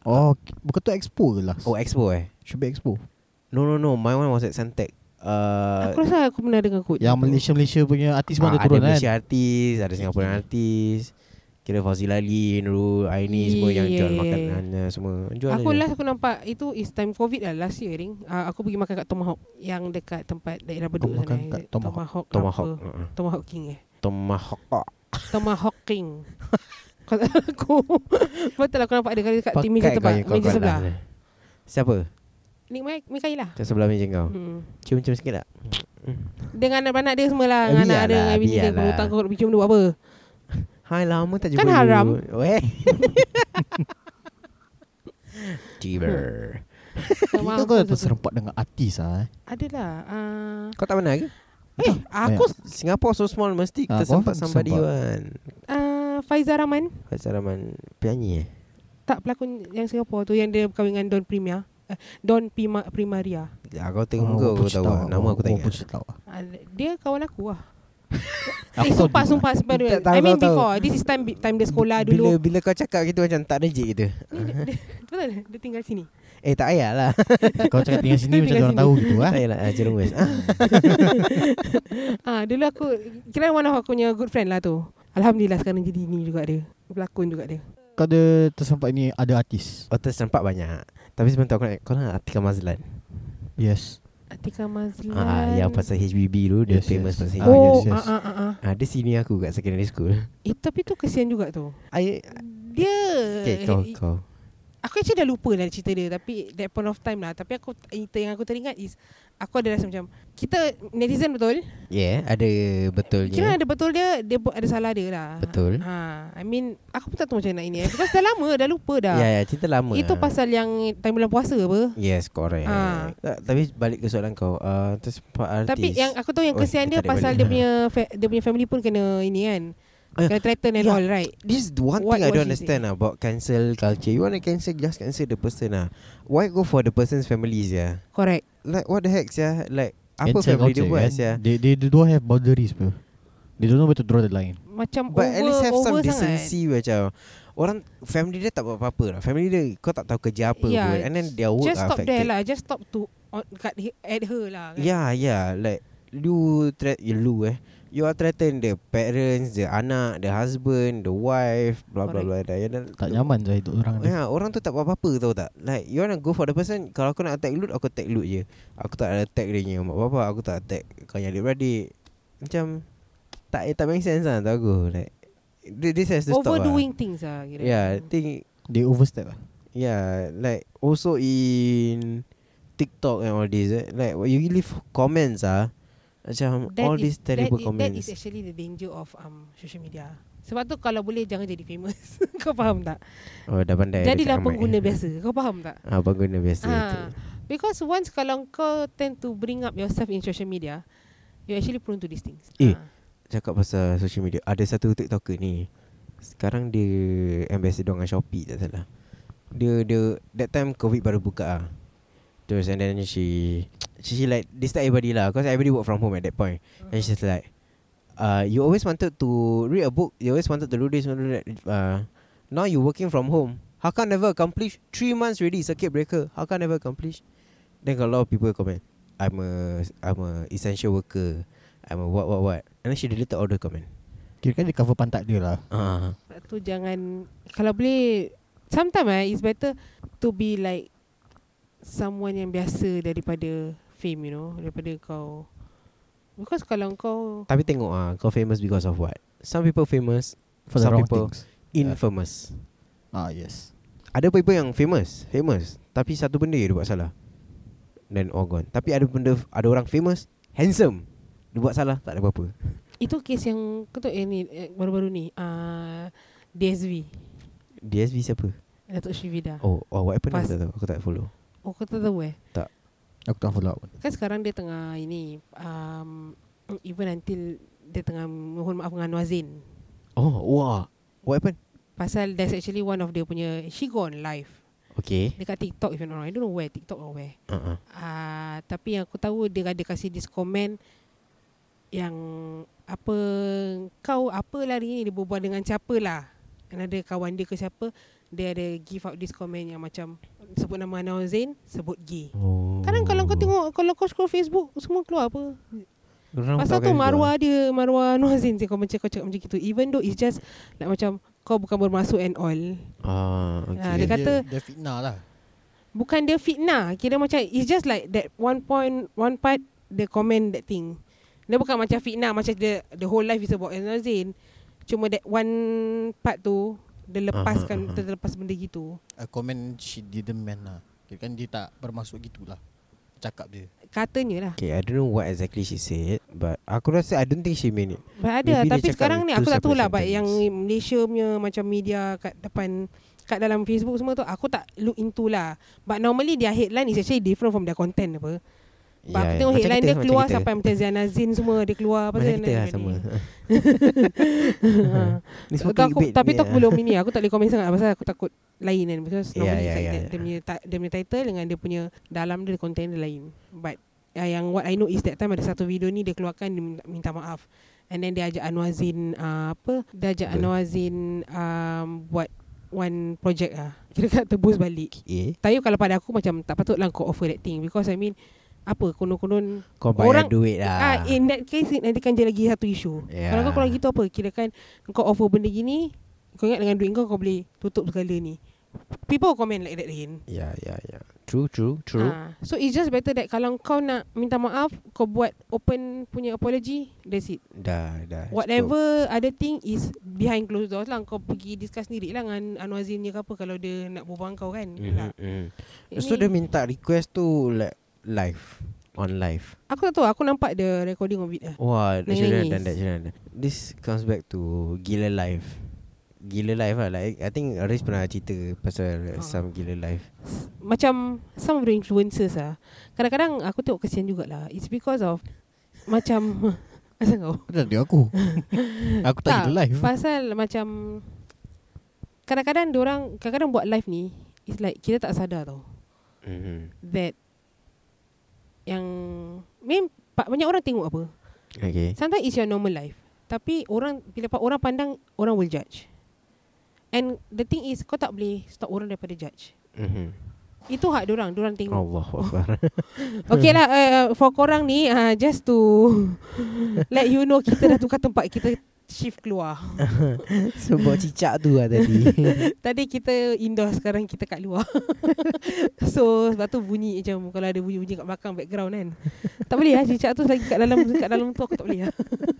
[SPEAKER 2] Oh, k- bukan tu expo ke lah?
[SPEAKER 1] Oh expo eh.
[SPEAKER 2] should be expo.
[SPEAKER 1] No no no, my one was at Suntec. Uh,
[SPEAKER 3] Aku rasa aku pernah dengar kot
[SPEAKER 2] Yang Malaysia-Malaysia punya artis semua
[SPEAKER 1] ah,
[SPEAKER 2] ada turun
[SPEAKER 1] ada
[SPEAKER 2] kan?
[SPEAKER 1] Malaysia artis, ada Singaporean artis. Kira Fazila Ali, Nurul Aini semua yang
[SPEAKER 3] Yeah,
[SPEAKER 1] jual
[SPEAKER 3] yeah,
[SPEAKER 1] makanan eh, semua. Jual
[SPEAKER 3] Aku
[SPEAKER 1] je.
[SPEAKER 3] last aku nampak Itu is time covid lah Last year ring uh, Aku pergi makan kat Tomahawk Yang dekat tempat Daerah Bedok eh,
[SPEAKER 2] Kau makan kat Tomahawk?
[SPEAKER 3] Tomahawk
[SPEAKER 1] Tomahawk.
[SPEAKER 3] apa?
[SPEAKER 1] Uh-uh.
[SPEAKER 3] Tomahawk King eh
[SPEAKER 1] Tomahawk.
[SPEAKER 3] Tomahawk King Kau tak aku Betul lah aku nampak dia Dekat
[SPEAKER 1] Pakai lah.
[SPEAKER 3] meja
[SPEAKER 1] kau
[SPEAKER 3] tempat
[SPEAKER 1] yang kau
[SPEAKER 3] Meja
[SPEAKER 1] kalah.
[SPEAKER 3] sebelah
[SPEAKER 1] Siapa?
[SPEAKER 3] Ni Mike Mikaela
[SPEAKER 1] Macam sebelah meja kau.
[SPEAKER 3] hmm.
[SPEAKER 1] Cium-cium sikit tak?
[SPEAKER 3] Dengan anak-anak dia semua lah Dengan
[SPEAKER 1] Eh,
[SPEAKER 3] anak dia
[SPEAKER 1] biarlah,
[SPEAKER 3] Dengan bini dia
[SPEAKER 1] biarlah.
[SPEAKER 3] Kalau hutang kau nak pergi cium dulu apa
[SPEAKER 1] Hai lama tak jumpa
[SPEAKER 3] Kan haram.
[SPEAKER 1] you. Weh. Tiber.
[SPEAKER 2] Kita
[SPEAKER 3] Tomahawk
[SPEAKER 2] kau
[SPEAKER 3] tu-
[SPEAKER 2] terserempak dengan artis lah eh.
[SPEAKER 3] Adalah uh,
[SPEAKER 1] Kau tak pernah ke?
[SPEAKER 3] Eh aku
[SPEAKER 1] Singapore so small mesti
[SPEAKER 2] Ah,
[SPEAKER 1] kita sempat eh,
[SPEAKER 2] confirm
[SPEAKER 1] somebody
[SPEAKER 2] tersempat.
[SPEAKER 1] one.
[SPEAKER 3] uh, Faizah Rahman
[SPEAKER 1] Faizal Rahman penyanyi eh?
[SPEAKER 3] Tak pelakon yang Singapura tu Yang dia berkahwin dengan Don Primia eh, Don Prima, Primaria
[SPEAKER 1] Ah, kau tengok
[SPEAKER 2] Oh,
[SPEAKER 1] muka aku tahu. lah. Nama aku tak
[SPEAKER 2] Aku
[SPEAKER 1] ingat.
[SPEAKER 2] pun tahu lah.
[SPEAKER 3] Ah, Dia kawan aku lah
[SPEAKER 2] Aku
[SPEAKER 3] Eh
[SPEAKER 2] tahu
[SPEAKER 3] sumpah
[SPEAKER 2] dia.
[SPEAKER 3] sumpah sumpah
[SPEAKER 1] Tak
[SPEAKER 3] dulu.
[SPEAKER 1] tahu,
[SPEAKER 3] I mean
[SPEAKER 1] tahu, tahu.
[SPEAKER 3] before This is time time dia sekolah
[SPEAKER 1] bila,
[SPEAKER 3] dulu
[SPEAKER 1] Bila kau cakap gitu macam tak legit gitu.
[SPEAKER 3] Betul tak? dia tinggal sini
[SPEAKER 1] Eh tak payahlah.
[SPEAKER 2] Kau cakap tinggal sini macam
[SPEAKER 3] Tinggal
[SPEAKER 2] orang tahu gitu
[SPEAKER 1] tak
[SPEAKER 2] ah.
[SPEAKER 1] payahlah. Ah, Jerome West. Ah,
[SPEAKER 3] Ah Dulu aku Kira one of aku punya good friend lah tu Alhamdulillah sekarang jadi ni juga dia Berlakon juga dia
[SPEAKER 2] Kau ada terserempak ni ada artis.
[SPEAKER 1] Otis nampak banyak. Tapi sebentar aku nak kau nak Atika Mazlan.
[SPEAKER 2] Yes.
[SPEAKER 3] Atika Mazlan
[SPEAKER 1] Ah, yang pasal HBB dulu dia
[SPEAKER 2] Yes,
[SPEAKER 1] famous
[SPEAKER 2] yes.
[SPEAKER 1] pasal
[SPEAKER 2] ya, Ah,
[SPEAKER 1] HBB.
[SPEAKER 3] Oh
[SPEAKER 2] yes, yes.
[SPEAKER 3] ah, ah, ah, ah.
[SPEAKER 1] Ah, dia sini aku kat secondary school.
[SPEAKER 3] Eh, Tapi tu kesian juga tu
[SPEAKER 1] I
[SPEAKER 3] Dia
[SPEAKER 1] Okay, kau kau.
[SPEAKER 3] Aku actually dah lupa lah cerita dia Tapi that point of time lah Tapi aku Cerita yang aku teringat is Aku ada rasa macam Kita netizen betul
[SPEAKER 1] Yeah, ada betulnya.
[SPEAKER 3] Kira ada betul dia Dia buat ada salah dia lah
[SPEAKER 1] Betul.
[SPEAKER 3] ha, I mean Aku pun tak tahu macam mana nak ini eh. Because dah lama Dah lupa dah
[SPEAKER 1] Ya, ya, cerita lama.
[SPEAKER 3] Itu
[SPEAKER 1] lah.
[SPEAKER 3] pasal yang Time bulan puasa apa
[SPEAKER 1] Yes, correct.
[SPEAKER 3] Ah.
[SPEAKER 1] Tak, tapi balik ke soalan kau. Uh, tersempat artis.
[SPEAKER 3] Tapi yang aku tahu yang
[SPEAKER 1] Oh,
[SPEAKER 3] kesian dia
[SPEAKER 1] kita tarik
[SPEAKER 3] Pasal
[SPEAKER 1] balik.
[SPEAKER 3] dia punya fa- Dia punya family pun kena ini kan
[SPEAKER 1] Ah,
[SPEAKER 3] Kena threaten and
[SPEAKER 1] ya.
[SPEAKER 3] all right
[SPEAKER 1] This is the one
[SPEAKER 3] What
[SPEAKER 1] thing I
[SPEAKER 3] was
[SPEAKER 1] don't
[SPEAKER 3] she
[SPEAKER 1] understand lah about cancel culture. You want to cancel, just cancel the person lah. Why go for the person's families ya?
[SPEAKER 3] Correct
[SPEAKER 1] Like what the heck ya? Like apa
[SPEAKER 2] Cancel
[SPEAKER 1] family dia
[SPEAKER 2] culture,
[SPEAKER 1] buat
[SPEAKER 2] kan?
[SPEAKER 1] ya?
[SPEAKER 2] They, they, they don't have boundaries bro. They don't know where to draw the line.
[SPEAKER 3] Macam over
[SPEAKER 1] But at least have some
[SPEAKER 3] over sangat
[SPEAKER 1] decency macam Orang family dia tak buat apa-apa lah Family dia kau tak tahu kerja apa
[SPEAKER 3] Yeah,
[SPEAKER 1] yeah, pun And then their work
[SPEAKER 3] Ya, Just
[SPEAKER 1] are
[SPEAKER 3] stop
[SPEAKER 1] affected
[SPEAKER 3] there lah Just stop to on, kat, At her lah kan.
[SPEAKER 1] Yeah, yeah. Ya, Like you threat you lu eh. You are threaten the parents, the anak, the husband, the wife, blah blah blah. Dah. Yeah,
[SPEAKER 2] Tak eh. nyaman saya hidup orang ni.
[SPEAKER 1] Ya, yeah, orang tu tak buat apa-apa tau tak Like you wanna go for the person Kalau aku nak attack loot Aku attack loot je Aku tak ada attack dia punya Mak bapak Aku tak attack Kau yang adik-beradik Macam Tak tak make sense lah Tau aku like, th- This has to stop
[SPEAKER 3] Overdoing things lah
[SPEAKER 1] lah.
[SPEAKER 3] kira.
[SPEAKER 1] Yeah think
[SPEAKER 2] They overstep lah.
[SPEAKER 1] Yeah, like also in TikTok and all this, eh, like what you leave comments ah, macam
[SPEAKER 3] That
[SPEAKER 1] Mm, all
[SPEAKER 3] is-
[SPEAKER 1] these terrible
[SPEAKER 3] that Is, that is
[SPEAKER 1] comments.
[SPEAKER 3] actually the danger of um, social media. Sebab tu kalau boleh jangan jadi famous. Kau faham tak?
[SPEAKER 1] oh, dah pandai.
[SPEAKER 3] Jadilah
[SPEAKER 1] dekat mic.
[SPEAKER 3] pengguna biasa. Kau faham tak?
[SPEAKER 1] Ah, pengguna biasa. tu.
[SPEAKER 3] Ha. Because once kalau kau tend to bring up yourself in social media, you actually prone to these things.
[SPEAKER 1] Eh.
[SPEAKER 3] Ha.
[SPEAKER 1] Cakap pasal social media, ada satu TikToker ni. Sekarang dia ambassador dengan Shopee tak salah. Dia dia that time COVID baru buka ah. Terus and then she she, she like disturb everybody lah cause everybody work from home at that point. And she's like uh, you always wanted to read a book, you always wanted to do this, want to do that. Uh, now you working from home. How come never accomplish? Three months already, circuit breaker. How come never accomplish? Then got a lot of people comment, I'm a I'm a essential worker. I'm a what what what. And then she deleted all the comment.
[SPEAKER 2] Kira kan dia cover pantat dia lah.
[SPEAKER 1] Ah,
[SPEAKER 3] Sebab tu jangan kalau boleh sometimes eh, it's better to be like someone yang biasa daripada fame you know daripada kau because kalau kau
[SPEAKER 1] tapi tengok ah, kau famous because of what? Some people famous,
[SPEAKER 2] For the
[SPEAKER 1] Some
[SPEAKER 2] wrong
[SPEAKER 1] people-
[SPEAKER 2] things.
[SPEAKER 1] infamous.
[SPEAKER 2] Ah yes.
[SPEAKER 1] Ada people yang famous Famous Tapi satu benda je dia buat salah Then all gone Tapi ada benda Ada orang famous Handsome Dia buat salah Tak ada apa-apa
[SPEAKER 3] Itu kes yang kau tahu eh, ni eh, baru-baru ni uh, DSV
[SPEAKER 1] DSV siapa?
[SPEAKER 3] Datuk Shivida. Oh.
[SPEAKER 1] Oh, oh what happened?
[SPEAKER 3] Pas-
[SPEAKER 1] Aku tak tahu Aku tak follow
[SPEAKER 3] oh kau tak tahu eh?
[SPEAKER 2] Aku tak follow up pun.
[SPEAKER 3] Kan sekarang dia tengah ini um, even until dia tengah mohon maaf dengan Wazin.
[SPEAKER 1] Oh wah What happened?
[SPEAKER 3] Pasal that's actually one of dia punya she gone live
[SPEAKER 1] Okay
[SPEAKER 3] dekat TikTok if you know. I don't know where TikTok or where.
[SPEAKER 1] uh-uh.
[SPEAKER 3] Ah, Uh, tapi yang aku tahu dia ada kasih this comment yang apa kau apalah hari ni dia berbual dengan siapa lah. Dan ada kawan dia ke siapa dia ada give out this comment yang macam sebut nama Anwar Zain sebut gay.
[SPEAKER 5] Oh.
[SPEAKER 3] Kadang kalau kau tengok kalau kau scroll Facebook semua keluar apa.
[SPEAKER 5] Orang
[SPEAKER 3] Pasal tu
[SPEAKER 5] tak akan
[SPEAKER 3] maruah dia Maruah Anwar Zain je Kau macam kau cakap macam gitu Even though it's just Like macam Kau bukan bermaksud and all
[SPEAKER 5] keluar. Ah, okay.
[SPEAKER 3] Ah, dia kata-
[SPEAKER 2] dia fitnah lah.
[SPEAKER 3] Bukan dia fitnah Kira macam It's just like that One point One part Dia comment that thing Dia bukan macam fitnah Macam the The whole life is about Anwar Zain Cuma that one part tu Dia lepaskan
[SPEAKER 5] aha.
[SPEAKER 3] Terlepas benda gitu
[SPEAKER 2] A comment she didn't mean lah. Kira kan dia tak bermaksud gitulah. Cakap dia.
[SPEAKER 3] Katanya lah
[SPEAKER 5] Okay, I don't know what exactly she said But aku rasa I don't think she mean it
[SPEAKER 3] But ada
[SPEAKER 5] Maybe dia
[SPEAKER 3] Tapi
[SPEAKER 5] cakap
[SPEAKER 3] sekarang ni
[SPEAKER 5] two
[SPEAKER 3] Aku tak tahu lah
[SPEAKER 5] separate
[SPEAKER 3] But yang
[SPEAKER 5] sentence.
[SPEAKER 3] Malaysia punya Macam media Kat depan Kat dalam Facebook semua tu Aku tak look into lah But normally Their headline is actually Different from their content apa But aku tengok
[SPEAKER 5] Ya, Macam
[SPEAKER 3] headline
[SPEAKER 5] kita,
[SPEAKER 3] dia
[SPEAKER 5] macam
[SPEAKER 3] keluar
[SPEAKER 5] kita.
[SPEAKER 3] Sampai macam Ziana Zin semua Dia keluar apa
[SPEAKER 5] Macam
[SPEAKER 3] Zainal
[SPEAKER 5] kita lah
[SPEAKER 3] Zain
[SPEAKER 5] sama
[SPEAKER 3] ni.
[SPEAKER 5] Ha. Ni semua
[SPEAKER 3] Tapi aku,
[SPEAKER 5] clickbait
[SPEAKER 3] tapi
[SPEAKER 5] ni
[SPEAKER 3] tak
[SPEAKER 5] lah.
[SPEAKER 3] belum ini Aku tak boleh komen sangat Pasal aku takut lain kan Because
[SPEAKER 5] Ya,
[SPEAKER 3] normally
[SPEAKER 5] ya,
[SPEAKER 3] yeah, yeah,
[SPEAKER 5] ya,
[SPEAKER 3] yeah,
[SPEAKER 5] ya.
[SPEAKER 3] Dia, punya, ti- dia punya title Dengan dia punya Dalam dia content dia lain But uh, Yang what I know is that time Ada satu video ni Dia keluarkan Dia minta, minta maaf And then dia ajak Anwar Zain uh, Apa Dia ajak
[SPEAKER 5] Apa?
[SPEAKER 3] Anwar Zain um, Buat One project lah Kira kat tebus balik
[SPEAKER 5] Eh
[SPEAKER 3] Tapi kalau pada aku Macam tak patut lah Kau offer that thing Because I mean Apa konon-konon
[SPEAKER 5] Kau bayar
[SPEAKER 3] Orang-
[SPEAKER 5] duit lah
[SPEAKER 3] Ah, in that case nanti kan jadi lagi satu isu.
[SPEAKER 5] Ya.
[SPEAKER 3] Kalau kau kalau gitu apa? Kirakan kau offer benda gini, kau ingat dengan duit kau kau boleh tutup segala ni. People comment like that again.
[SPEAKER 5] Ya ya ya True true true
[SPEAKER 3] Ah, so it's just better that kalau kau nak minta maaf, kau buat open punya apology, that's it.
[SPEAKER 5] Dah dah
[SPEAKER 3] Whatever other thing is behind closed doors lah. Kau pergi discuss sendiri lah dengan Anwar Zin je ke apa kalau dia nak berbual dengan kau kan.
[SPEAKER 5] mm-hmm.
[SPEAKER 3] Yelah.
[SPEAKER 5] mm.
[SPEAKER 3] Ini-
[SPEAKER 5] So dia minta request tu like Live On live
[SPEAKER 3] Aku tak tahu, aku nampak the recording of it lah.
[SPEAKER 5] Wah,
[SPEAKER 3] Nangis.
[SPEAKER 5] should have done that, should have done that. This comes back to Gila Life. Gila Life lah. Like, I think Aris pernah cerita pasal
[SPEAKER 3] Ah.
[SPEAKER 5] uh. some Gila Life.
[SPEAKER 3] macam some of the influencers ah. Kadang-kadang aku tengok kesian jugalah. It's because of macam asal kau.
[SPEAKER 2] Kenapa dia aku? aku tak gila live.
[SPEAKER 3] Pasal macam kadang-kadang orang kadang-kadang buat live ni it's like kita tak sadar tau
[SPEAKER 5] Mm-hmm.
[SPEAKER 3] that yang mem pa- banyak orang tengok apa.
[SPEAKER 5] Okay.
[SPEAKER 3] Sometimes it's your normal life. Tapi orang bila pa- orang pandang orang will judge. And the thing is kau tak boleh stop orang daripada judge.
[SPEAKER 5] Mm-hmm.
[SPEAKER 3] Itu hak orang, orang tengok.
[SPEAKER 5] Allah Akbar.
[SPEAKER 3] Okay lah uh, For korang ni uh, Just to Let you know Kita dah tukar tempat Kita shift keluar
[SPEAKER 5] Sebab cicak tu lah tadi.
[SPEAKER 3] Tadi kita indoor Sekarang kita kat luar So Sebab tu bunyi macam Kalau ada bunyi-bunyi kat belakang Background kan Tak boleh lah Cicak tu lagi kat dalam Kat dalam tu aku tak boleh lah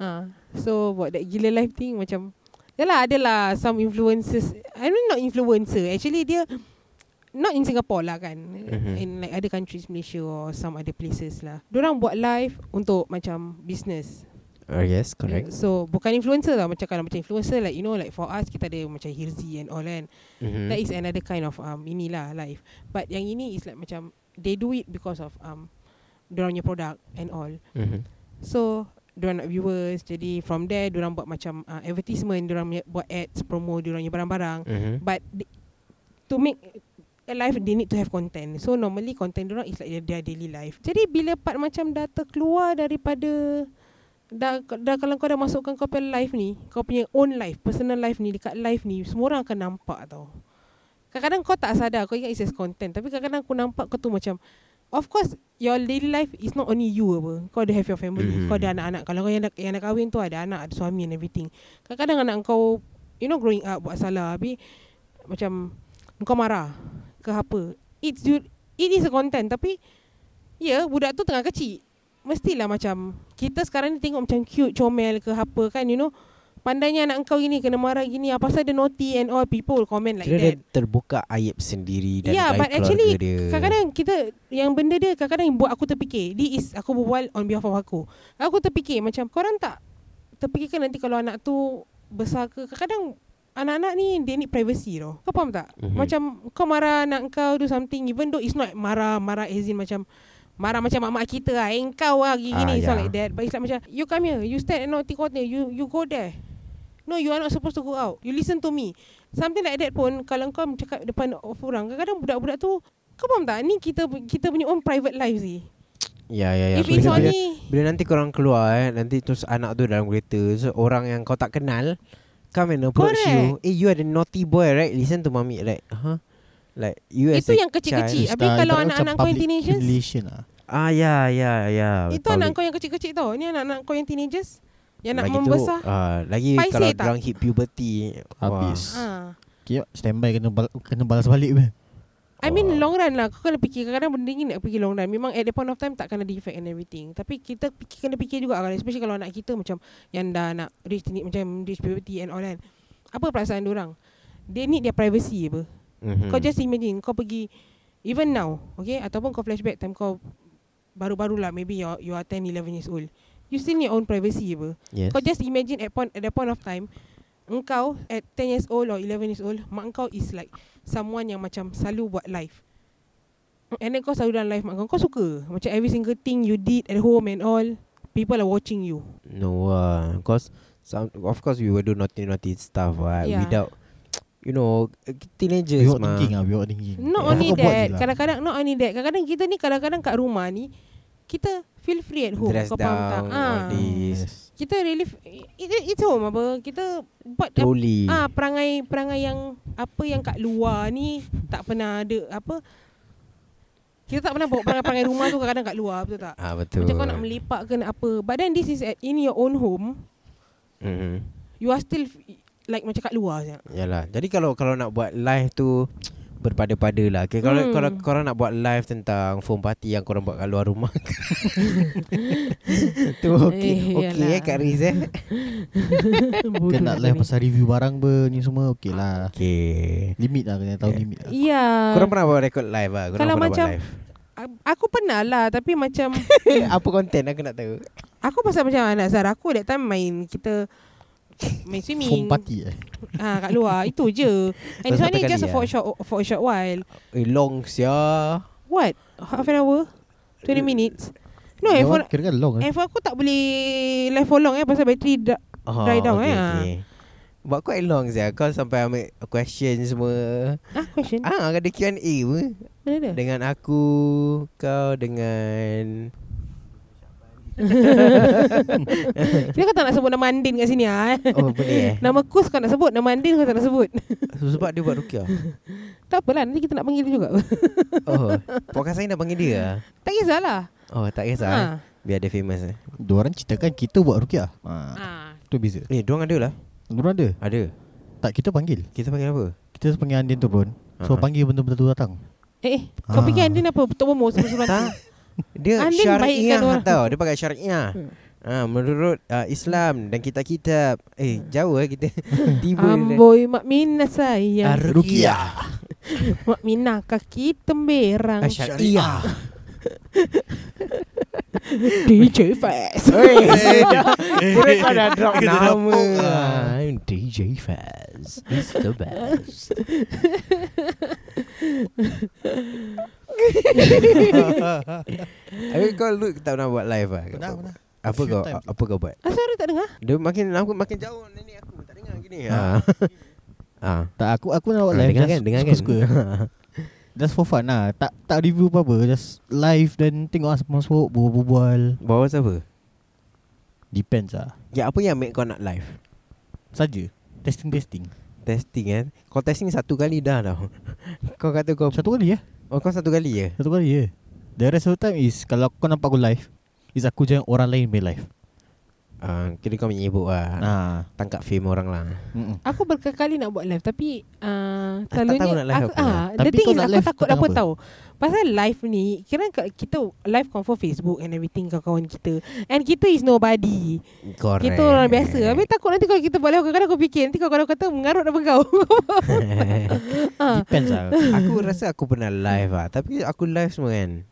[SPEAKER 3] ha, So Buat that gila life thing Macam ya Yalah adalah lah Some influences I mean not influencer Actually dia Not in Singapore lah kan
[SPEAKER 5] Mhm.
[SPEAKER 3] In like other countries Malaysia or some other places lah Diorang buat live Untuk macam Business
[SPEAKER 5] oh, yes, correct.
[SPEAKER 3] So bukan influencer lah Macam kalau macam influencer Like you know like for us Kita ada macam Hirzi and all kan
[SPEAKER 5] Mm-hmm.
[SPEAKER 3] That is another kind of um, Inilah life But yang ini is like macam They do it because of um, Diorang punya product and all
[SPEAKER 5] mm-hmm.
[SPEAKER 3] So Diorang nak viewers Jadi from there Diorang buat macam uh, Advertisement Diorang punya- buat ads Promo Diorang punya barang-barang
[SPEAKER 5] Mm-hmm.
[SPEAKER 3] But they, to make a life they need to have content. So normally content dia is like their daily life. Jadi bila part macam dah terkeluar daripada dah, dah kalau kau dah masukkan kau punya life ni, kau punya own life, personal life ni dekat life ni, semua orang akan nampak tau. Kadang-kadang kau tak sadar kau ingat it's just content, tapi kadang-kadang aku nampak kau tu macam Of course Your daily life Is not only you apa Kau ada have your family mm-hmm.
[SPEAKER 5] Mhm.
[SPEAKER 3] Kau ada anak-anak Kalau kau yang nak, yang nak kahwin tu Ada anak Ada suami and everything Kadang-kadang anak kau You know growing up Buat salah Habis macam kau marah ke apa it's you, it is a content tapi ya yeah, budak tu tengah kecil mestilah macam kita sekarang ni tengok macam cute comel ke apa kan you know pandainya anak kau gini kena marah gini apa pasal dia naughty and all people will comment like
[SPEAKER 5] Kira dia
[SPEAKER 3] that
[SPEAKER 5] terbuka aib sendiri dan
[SPEAKER 3] yeah,
[SPEAKER 5] aib
[SPEAKER 3] but
[SPEAKER 5] keluarga
[SPEAKER 3] actually
[SPEAKER 5] dia.
[SPEAKER 3] kadang-kadang kita yang benda dia kadang-kadang buat aku terfikir. This is aku berbual on behalf of aku. Aku terfikir macam korang tak terfikirkan nanti kalau anak tu besar ke kadang-kadang anak-anak ni dia need privacy tau. Kau faham tak?
[SPEAKER 5] Mhm.
[SPEAKER 3] Mm-hmm. Macam kau marah anak kau do something even though it's not marah marah as in macam marah macam mak-mak kita lah. Eh kau lah gini
[SPEAKER 5] Ah,
[SPEAKER 3] ah, it's not
[SPEAKER 5] yeah.
[SPEAKER 3] like that. But it's like macam you come here, you stand at naughty corner, you you go there. No, you are not supposed to go out. You listen to me. Something like that pun kalau kau cakap depan of orang, kadang-kadang budak-budak tu kau faham tak? Ni kita kita punya own private life sih.
[SPEAKER 5] Ya ya ya
[SPEAKER 3] If it's
[SPEAKER 5] Bila- bila-
[SPEAKER 3] only
[SPEAKER 5] Bila nanti korang keluar eh Nanti terus anak tu dalam kereta so, Orang yang kau tak kenal Come and approach
[SPEAKER 3] Correct.
[SPEAKER 5] you Eh you are the naughty boy right Listen to mommy like Huh Like you as
[SPEAKER 3] Itu yang
[SPEAKER 5] a
[SPEAKER 3] kecil-kecil
[SPEAKER 5] child.
[SPEAKER 3] Habis
[SPEAKER 2] Style
[SPEAKER 3] kalau
[SPEAKER 2] ibarat macam
[SPEAKER 3] anak-anak kau yang
[SPEAKER 2] public
[SPEAKER 3] teenagers
[SPEAKER 2] humiliation lah.
[SPEAKER 5] Ah ya ya ya
[SPEAKER 3] Itu anak kau yang kecil-kecil tau Ni anak-anak kau yang teenagers Yang nak
[SPEAKER 5] lagi
[SPEAKER 3] membesar
[SPEAKER 5] teruk, ah, Lagi
[SPEAKER 3] Paiseh
[SPEAKER 5] kalau
[SPEAKER 3] tak?
[SPEAKER 5] dorang hit puberty
[SPEAKER 2] Habis
[SPEAKER 5] wah.
[SPEAKER 3] ha.
[SPEAKER 2] Kiok standby kena, bal- kena balas balik pun
[SPEAKER 3] I mean
[SPEAKER 5] Wah.
[SPEAKER 3] long run lah Kau kena fikir Kadang-kadang benda ni nak fikir long run Memang at the point of time Tak kena defect and everything Tapi kita fikir, kena fikir juga kan Especially kalau anak kita macam Yang dah nak reach teenage Macam reach puberty and all that Apa perasaan orang? They need their privacy apa
[SPEAKER 5] Mhm.
[SPEAKER 3] Kau just imagine Kau pergi Even now Okay Ataupun kau flashback Time kau Baru-baru lah Maybe you are, you are 10, 11 years old You still need your own privacy apa
[SPEAKER 5] yes.
[SPEAKER 3] Kau just imagine at, point, at the point of time Engkau at 10 years old or 11 years old Mak engkau is like Someone yang macam selalu buat live And then kau selalu dalam live mak kau Kau suka Macam every single thing you did at home and all People are watching you
[SPEAKER 5] No ah Cause some, Of course we will do naughty naughty stuff right?
[SPEAKER 3] Yeah.
[SPEAKER 5] Without You know Teenagers
[SPEAKER 2] Without
[SPEAKER 5] mah
[SPEAKER 2] thinking lah Without thinking
[SPEAKER 3] Not
[SPEAKER 5] Yeah.
[SPEAKER 3] yeah. only
[SPEAKER 2] Kau buat je
[SPEAKER 3] that
[SPEAKER 2] lah.
[SPEAKER 3] Kadang-kadang Not only that Kadang-kadang kita ni Kadang-kadang kat rumah ni Kita feel free at home
[SPEAKER 5] Dress
[SPEAKER 3] Kau faham tak
[SPEAKER 5] down All
[SPEAKER 3] Ah.
[SPEAKER 5] this
[SPEAKER 3] Kita really f- it, it- It's home apa Kita buat apa-
[SPEAKER 5] Trolley
[SPEAKER 3] Ah perangai perangai yang apa yang kat luar ni tak pernah ada apa kita tak pernah bawa perangai-perangai rumah tu kadang-kadang kat luar betul tak?
[SPEAKER 5] Ah, betul
[SPEAKER 3] Macam kau nak melepak ke nak apa. But then this is at, in your own home,
[SPEAKER 5] Mhm.
[SPEAKER 3] you are still f- like macam kat luar je.
[SPEAKER 5] Yalah. Jadi kalau kalau nak buat live tu berpada-pada lah. Okay, kalau
[SPEAKER 3] Hmm.
[SPEAKER 5] hmm. kalau korang nak buat live tentang foam party yang korang buat kat luar rumah. tu okey
[SPEAKER 3] Eh,
[SPEAKER 5] okey
[SPEAKER 3] yalah.
[SPEAKER 5] eh Kak Riz eh.
[SPEAKER 2] Kau Oh, nak
[SPEAKER 3] Kena
[SPEAKER 2] live pasal review barang ber Ni semua okay lah
[SPEAKER 5] Okey.
[SPEAKER 2] Limit lah kena tahu
[SPEAKER 5] Yeah.
[SPEAKER 2] limit lah
[SPEAKER 3] Ya.
[SPEAKER 5] Korang pernah buat record live ah? Korang
[SPEAKER 3] Kalau
[SPEAKER 5] pernah
[SPEAKER 3] macam-
[SPEAKER 5] buat live.
[SPEAKER 3] A- Aku pernah lah tapi macam
[SPEAKER 5] Eh, apa konten aku nak tahu?
[SPEAKER 3] aku pasal macam anak Zara aku that time main kita main swimming
[SPEAKER 2] Foam party eh
[SPEAKER 3] ha, kat luar itu je and this
[SPEAKER 5] Satu
[SPEAKER 3] one ni
[SPEAKER 5] kali
[SPEAKER 3] just
[SPEAKER 5] lah.
[SPEAKER 3] for a short for a short while
[SPEAKER 5] Eh, long sia.
[SPEAKER 3] What? Half an hour? 20 minutes? No,
[SPEAKER 2] That
[SPEAKER 3] handphone
[SPEAKER 2] one Kira kan long eh
[SPEAKER 3] handphone aku tak boleh live for long eh pasal bateri dah.
[SPEAKER 5] Oh,
[SPEAKER 3] Dry down, eh, ah.
[SPEAKER 5] But quite long sia. Kau sampai ambil question semua.
[SPEAKER 3] Ah, question.
[SPEAKER 5] Ah, ada Q&A
[SPEAKER 3] Eh.
[SPEAKER 5] pun.
[SPEAKER 3] Mana dia?
[SPEAKER 5] Dengan aku Kau dengan
[SPEAKER 3] Kira kau tak nak sebut nama Andin kat sini ah. Eh?
[SPEAKER 5] Oh boleh eh
[SPEAKER 3] Nama Kus kau nak sebut, nama Andin kau tak nak sebut.
[SPEAKER 5] Sebab dia buat rukiah
[SPEAKER 3] tak apalah, nanti kita nak panggil dia juga.
[SPEAKER 5] Oh Podcast saya nak panggil dia lah.
[SPEAKER 3] tak kisahlah. Ah.
[SPEAKER 5] Oh tak kisah ha. Biar dia famous eh
[SPEAKER 2] Dua orang ceritakan Kita buat rukiah ha.
[SPEAKER 3] Ah.
[SPEAKER 2] Tu beza
[SPEAKER 5] Eh diorang ada lah
[SPEAKER 2] Diorang ada
[SPEAKER 5] Ada
[SPEAKER 2] Tak kita panggil
[SPEAKER 5] Kita panggil apa
[SPEAKER 2] Kita panggil Andin tu pun So
[SPEAKER 5] Ha.
[SPEAKER 2] panggil benda-benda tu datang
[SPEAKER 3] Eh, eh kau
[SPEAKER 2] Ah.
[SPEAKER 3] fikir Andin apa? Tok Momo sebelum
[SPEAKER 5] Tak Dia
[SPEAKER 3] Andin
[SPEAKER 5] syariah
[SPEAKER 3] baikkan orang.
[SPEAKER 5] tau Dia pakai syariah
[SPEAKER 3] Hmm.
[SPEAKER 5] ha, Menurut uh, Islam Dan kitab-kitab Eh jauh lah kita Tiba dia
[SPEAKER 3] Hmm. Amboi Mak Mina
[SPEAKER 2] Ya,
[SPEAKER 5] Ah,
[SPEAKER 3] sayang Mak Mina kaki temberang
[SPEAKER 5] Ah, Syariah
[SPEAKER 3] DJ Fast
[SPEAKER 5] Oi, dah. Kira kau dah drop nama. I'm DJ Faz. It's the best. Habis kau lu tak pernah buat live ah?
[SPEAKER 2] Pernah, pernah. A
[SPEAKER 5] Apa
[SPEAKER 2] few
[SPEAKER 5] kau
[SPEAKER 2] times.
[SPEAKER 5] apa kau buat?
[SPEAKER 3] Ah, suara tak dengar?
[SPEAKER 5] Dia makin aku makin jauh nenek aku tak dengar gini. Ha. Ah.
[SPEAKER 2] Tak aku aku nak buat
[SPEAKER 5] Ah,
[SPEAKER 2] live
[SPEAKER 5] dengar
[SPEAKER 2] just
[SPEAKER 5] kan, dengar kan.
[SPEAKER 2] suka-suka. Just for fun lah Tak tak review apa-apa Just live dan tengok asap masuk Berbual-bual
[SPEAKER 5] Bawa siapa?
[SPEAKER 2] Depends lah
[SPEAKER 5] Ya apa yang make kau nak live?
[SPEAKER 2] Saja Testing-testing
[SPEAKER 5] Testing kan? Kau testing satu kali dah tau. Kau kata kau
[SPEAKER 2] Satu kali ya
[SPEAKER 5] oh, kau satu kali ya?
[SPEAKER 2] Satu kali ya The rest of the time is Kalau kau nampak aku live Is aku je yang orang lain main live
[SPEAKER 5] Ah, kira kau menyibuk lah.
[SPEAKER 2] ha.
[SPEAKER 5] tangkap fame orang lah.
[SPEAKER 2] Mm-mm.
[SPEAKER 3] Aku berkali-kali nak buat live tapi uh,
[SPEAKER 5] Ah, tak
[SPEAKER 3] selalunya
[SPEAKER 5] tahu nak live
[SPEAKER 3] aku,
[SPEAKER 5] apa.
[SPEAKER 3] ah, the
[SPEAKER 2] Tapi
[SPEAKER 3] thing
[SPEAKER 2] kau
[SPEAKER 3] is
[SPEAKER 2] nak
[SPEAKER 3] aku
[SPEAKER 2] live
[SPEAKER 3] takut
[SPEAKER 2] tentang
[SPEAKER 3] apa
[SPEAKER 2] apa?
[SPEAKER 3] tahu. Pasal live ni kira kat- kita live confirm Facebook and everything kawan-kawan kita. And kita is nobody.
[SPEAKER 5] Correct.
[SPEAKER 3] Kita orang biasa. Habis takut nanti kalau kita buat live kadang-kadang aku fikir nanti kalau kata mengarut apa kau.
[SPEAKER 2] Depends lah
[SPEAKER 5] aku rasa aku pernah live lah. Tapi aku live semua kan.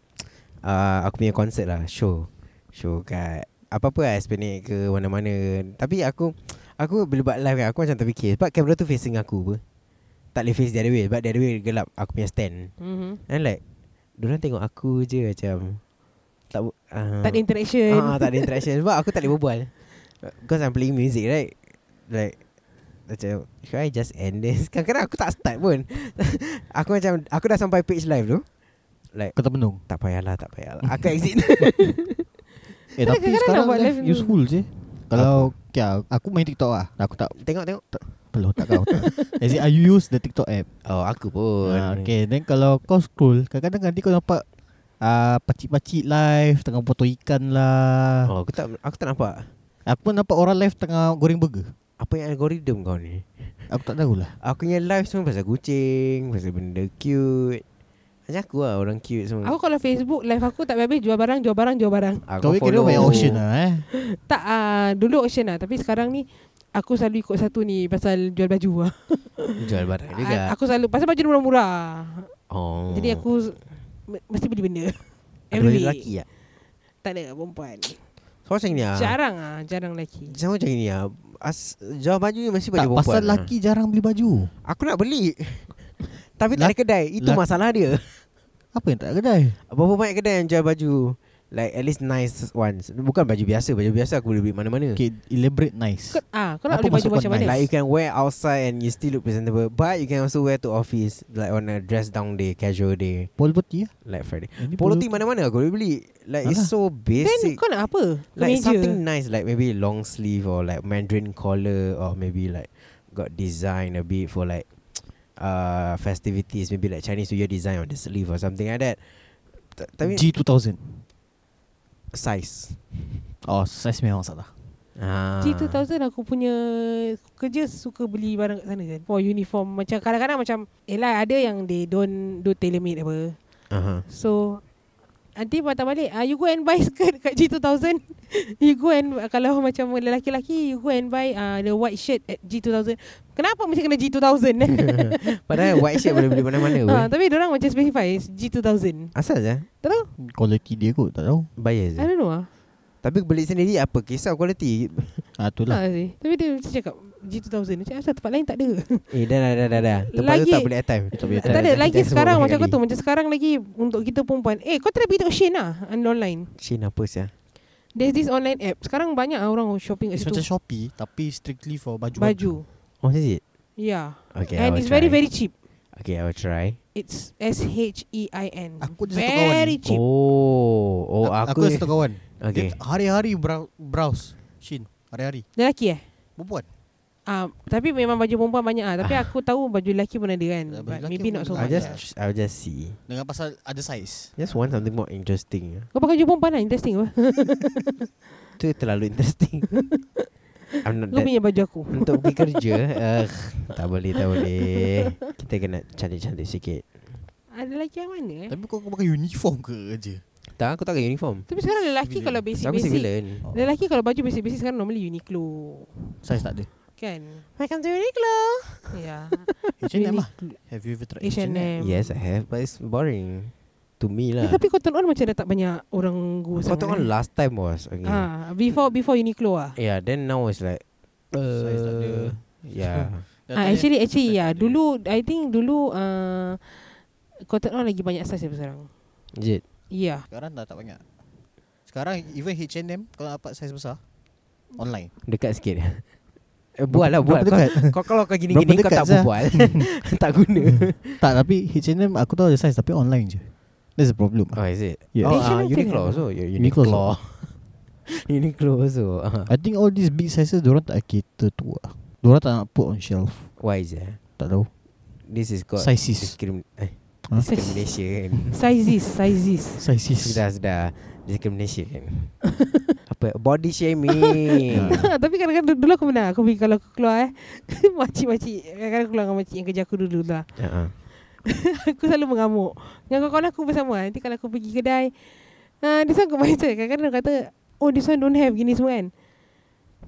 [SPEAKER 5] Uh, aku punya concert lah. Show. Show kat apa-apa lah. Esplanade ke mana-mana. Tapi aku aku bila buat live kan. Aku macam terfikir. Sebab kamera tu facing aku apa. Tak boleh face the other way. Sebab the other way gelap. Aku punya stand.
[SPEAKER 3] Mhm.
[SPEAKER 5] And like. Diorang tengok aku je macam. Tak, bu- uh,
[SPEAKER 3] Tak ada interaction.
[SPEAKER 5] Ah, ah, tak ada interaction sebab aku tak boleh berbual. Because I'm playing music, right? Like macam should I just end this? Kadang-kadang aku tak start pun. aku macam aku dah sampai page live tu. Like
[SPEAKER 2] Kata Bendung
[SPEAKER 5] tak payahlah, tak payahlah. Aku exit.
[SPEAKER 2] Eh tapi
[SPEAKER 3] Kadang-kadang
[SPEAKER 2] sekarang
[SPEAKER 3] nak buat
[SPEAKER 2] live
[SPEAKER 3] live
[SPEAKER 2] useful je Kalau okay, ah, Aku main TikTok lah Aku tak
[SPEAKER 5] tengok tengok.
[SPEAKER 2] Perlu tak kau As in I use the TikTok app
[SPEAKER 5] Oh, aku pun.
[SPEAKER 2] Ah, Okay Then kalau kau scroll Kadang-kadang nanti kau nampak ah Pakcik-pakcik live Tengah potong ikan lah
[SPEAKER 5] Oh, aku tak aku tak nampak.
[SPEAKER 2] Aku pun nampak orang live Tengah goreng burger
[SPEAKER 5] Apa yang algoritma kau ni?
[SPEAKER 2] Aku tak tahulah
[SPEAKER 5] Aku punya live semua pasal kucing, pasal benda cute. Macam aku lah orang cute semua.
[SPEAKER 3] Aku kalau Facebook live aku tak habis jual barang, jual barang, jual barang.
[SPEAKER 5] Aku
[SPEAKER 2] Kau kira
[SPEAKER 5] follow.
[SPEAKER 2] banyak option lah eh
[SPEAKER 3] Tak uh, dulu auction lah tapi sekarang ni aku selalu ikut satu ni pasal jual baju lah.
[SPEAKER 5] Jual barang juga.
[SPEAKER 3] A- Aku selalu pasal baju ni murah-murah.
[SPEAKER 5] oh.
[SPEAKER 3] Oh. Jadi aku s- me- mesti beli benda.
[SPEAKER 5] Ada
[SPEAKER 3] Every
[SPEAKER 5] benda
[SPEAKER 3] week.
[SPEAKER 5] lelaki ya? tak?
[SPEAKER 3] Tak ada perempuan.
[SPEAKER 5] So macam ni lah.
[SPEAKER 3] Jarang ah, jarang lelaki.
[SPEAKER 5] Sama macam ni lah. As, jual baju ni mesti baju
[SPEAKER 2] Tak
[SPEAKER 5] perempuan.
[SPEAKER 2] pasal
[SPEAKER 5] lah.
[SPEAKER 2] laki jarang beli baju
[SPEAKER 5] Aku nak beli. Tapi tak ada kedai. Itu
[SPEAKER 2] lak-
[SPEAKER 5] masalah dia.
[SPEAKER 2] Apa yang tak ada kedai
[SPEAKER 5] Berapa banyak kedai yang jual baju Like at least nice ones Bukan baju biasa Baju biasa aku boleh beli mana-mana
[SPEAKER 2] Okay elaborate nice
[SPEAKER 3] Kau, ah, kau
[SPEAKER 2] Apa
[SPEAKER 3] nak beli
[SPEAKER 2] maksud kau
[SPEAKER 3] baju macam mana?
[SPEAKER 2] nice?
[SPEAKER 5] Like you can wear outside And you still look presentable But you can also wear to office Like on a dress down day Casual day
[SPEAKER 2] Polo putih lah
[SPEAKER 5] Like Friday
[SPEAKER 2] Ini
[SPEAKER 5] Polo tee mana-mana aku boleh beli Like
[SPEAKER 2] Alah.
[SPEAKER 5] it's so
[SPEAKER 3] Then
[SPEAKER 5] basic
[SPEAKER 3] kau nak apa?
[SPEAKER 5] Like
[SPEAKER 3] Kemeja.
[SPEAKER 5] something nice Like maybe long sleeve Or like mandarin collar Or maybe like Got design a bit For like uh, Festivities Maybe like Chinese New Year design On the sleeve Or something like that Ta- Tapi
[SPEAKER 2] G2000
[SPEAKER 5] size
[SPEAKER 2] Oh size memang salah
[SPEAKER 5] Ah.
[SPEAKER 3] G2000 aku punya kerja suka beli barang kat sana kan. For uniform macam kadang-kadang macam eh lah ada yang they don't do tailor made apa.
[SPEAKER 5] Uh-huh.
[SPEAKER 3] So nanti patah balik uh, you go and buy skirt kat G2000. you go and ah, kalau macam lelaki-lelaki you go and buy uh, the white shirt at G2000. Kenapa mesti kena G2000 eh?
[SPEAKER 5] Padahal white shirt boleh beli mana-mana pun.
[SPEAKER 3] ha, tapi orang macam specify it's G2000.
[SPEAKER 5] Asal je
[SPEAKER 3] Tak tahu?
[SPEAKER 2] Quality dia kot tak tahu
[SPEAKER 5] Bayar je
[SPEAKER 3] I don't know ah.
[SPEAKER 5] Tapi beli sendiri apa Kisah quality
[SPEAKER 2] Ah tu lah
[SPEAKER 3] Tak sih. Tapi dia macam cakap G2000. Macam asal tempat lain tak ada.
[SPEAKER 5] Eh dah dah dah dah, dah. Tempat tu
[SPEAKER 3] Lagi-
[SPEAKER 5] tak boleh at time
[SPEAKER 2] Tak boleh at
[SPEAKER 3] tak
[SPEAKER 5] dah,
[SPEAKER 3] ada
[SPEAKER 5] dah,
[SPEAKER 3] lagi
[SPEAKER 5] kita sebut
[SPEAKER 3] sekarang
[SPEAKER 5] banyak
[SPEAKER 3] macam kau
[SPEAKER 5] kali.
[SPEAKER 3] tu. Macam sekarang lagi untuk kita perempuan. Eh kau try pergi tengok Shein lah on- online.
[SPEAKER 5] Shin apa sia
[SPEAKER 3] There's this online app. Sekarang banyak ah orang shopping kat
[SPEAKER 2] It's
[SPEAKER 3] situ.
[SPEAKER 2] macam Shopee Tapi strictly for baju
[SPEAKER 3] Baju.
[SPEAKER 5] Oh is it
[SPEAKER 3] Yeah.
[SPEAKER 5] Okay I
[SPEAKER 3] And
[SPEAKER 5] will
[SPEAKER 3] it's
[SPEAKER 5] try
[SPEAKER 3] very very cheap.
[SPEAKER 5] Okay I will try
[SPEAKER 3] It's S H E I N.
[SPEAKER 2] Aku ada satu kawan
[SPEAKER 3] Very
[SPEAKER 2] ni.
[SPEAKER 3] cheap.
[SPEAKER 5] Oh Oh
[SPEAKER 2] Ah, Aku, eh.
[SPEAKER 5] aku,
[SPEAKER 2] ada satu kawan
[SPEAKER 5] Okay
[SPEAKER 2] Dia hari-hari brou- browse Shin Hari-hari
[SPEAKER 3] Lelaki eh?
[SPEAKER 2] Perempuan
[SPEAKER 3] Ah, tapi memang baju perempuan banyak ah. Tapi aku tahu baju lelaki pun ada kan.
[SPEAKER 2] Baju
[SPEAKER 3] But
[SPEAKER 2] lelaki
[SPEAKER 3] maybe
[SPEAKER 2] pun
[SPEAKER 3] not so
[SPEAKER 5] I
[SPEAKER 2] ada. lah.
[SPEAKER 3] much.
[SPEAKER 5] just I will just see
[SPEAKER 2] Dengan pasal ada size
[SPEAKER 5] Just want something more interesting
[SPEAKER 3] Kau pakai baju perempuan lah Interesting apa
[SPEAKER 5] Itu terlalu interesting I'm not
[SPEAKER 3] Lu
[SPEAKER 5] that
[SPEAKER 3] punya baju aku
[SPEAKER 5] Untuk pergi kerja uh, Tak boleh tak boleh Kita kena cantik-cantik sikit
[SPEAKER 3] Ada lelaki yang mana eh
[SPEAKER 2] Tapi kau, kau pakai uniform ke kerja
[SPEAKER 5] Tak aku tak pakai uniform
[SPEAKER 3] Tapi sekarang lelaki
[SPEAKER 2] Civilian.
[SPEAKER 3] kalau
[SPEAKER 5] So, Aku
[SPEAKER 3] basic-basic
[SPEAKER 5] civilian
[SPEAKER 2] Oh.
[SPEAKER 3] Lelaki kalau baju basic-basic sekarang normally Uniqlo
[SPEAKER 2] Size tak ada
[SPEAKER 3] Kan
[SPEAKER 5] Welcome to Uniqlo
[SPEAKER 3] Ya
[SPEAKER 2] H&M lah Have you ever tried H&M?
[SPEAKER 3] H&M
[SPEAKER 5] Yes, I have, but it's boring to me
[SPEAKER 3] Eh,
[SPEAKER 5] lah.
[SPEAKER 3] Tapi Cotton On macam dah tak banyak orang go
[SPEAKER 5] Kau tengok
[SPEAKER 3] sangat, eh.
[SPEAKER 5] last time was okay.
[SPEAKER 3] Ah, Before before Uniqlo ah.
[SPEAKER 5] Yeah, then now it's like
[SPEAKER 2] Size tak ada.
[SPEAKER 5] uh, Yeah.
[SPEAKER 2] Dah
[SPEAKER 3] Ah,
[SPEAKER 2] tanya-
[SPEAKER 3] actually actually
[SPEAKER 2] size
[SPEAKER 3] ya.
[SPEAKER 2] tak ada.
[SPEAKER 3] Dulu I think dulu uh, Cotton On lagi banyak size daripada sekarang.
[SPEAKER 5] Legit.
[SPEAKER 3] Ya.
[SPEAKER 2] Sekarang dah tak banyak Sekarang even H&M Kalau dapat size besar Online
[SPEAKER 5] Dekat sikit. Eh, buat lah buat
[SPEAKER 2] Berapa
[SPEAKER 5] kau,
[SPEAKER 2] dekat?
[SPEAKER 5] kau kalau kau gini-gini
[SPEAKER 2] Berapa
[SPEAKER 5] kau tak
[SPEAKER 2] dekat, Zah?
[SPEAKER 5] berbual Tak guna
[SPEAKER 2] Tak tapi H&M aku tahu ada size Tapi online je That's the problem
[SPEAKER 5] Oh is it
[SPEAKER 2] Yeah.
[SPEAKER 5] Oh
[SPEAKER 3] Asian
[SPEAKER 1] ah,
[SPEAKER 5] uh,
[SPEAKER 3] outfit
[SPEAKER 5] Uniqlo
[SPEAKER 3] kan?
[SPEAKER 5] also yeah,
[SPEAKER 2] Uniqlo
[SPEAKER 5] Uniqlo Uniqlo also uh,
[SPEAKER 2] I think all these big sizes Diorang tak cater tu lah Diorang tak nak put on shelf
[SPEAKER 5] Why is that
[SPEAKER 2] Tak tahu
[SPEAKER 5] This is called
[SPEAKER 2] Sizes
[SPEAKER 5] discrimin- eh, kan.
[SPEAKER 2] Huh?
[SPEAKER 5] Discrimination
[SPEAKER 3] Sizes, sizes.
[SPEAKER 2] Sizes
[SPEAKER 5] Sudah sudah Discrimination Apa Body shaming
[SPEAKER 3] Tapi kadang-kadang dulu aku pernah Aku pergi kalau aku keluar eh Makcik-makcik Kadang-kadang aku keluar dengan makcik yang kerja aku dulu lah
[SPEAKER 5] uh-uh.
[SPEAKER 3] Aku selalu mengamuk Dengan kawan-kawan aku bersama Nanti kalau aku pergi kedai uh, This one aku main saya Kadang-kadang dia kata Oh this one don't have Gini semua kan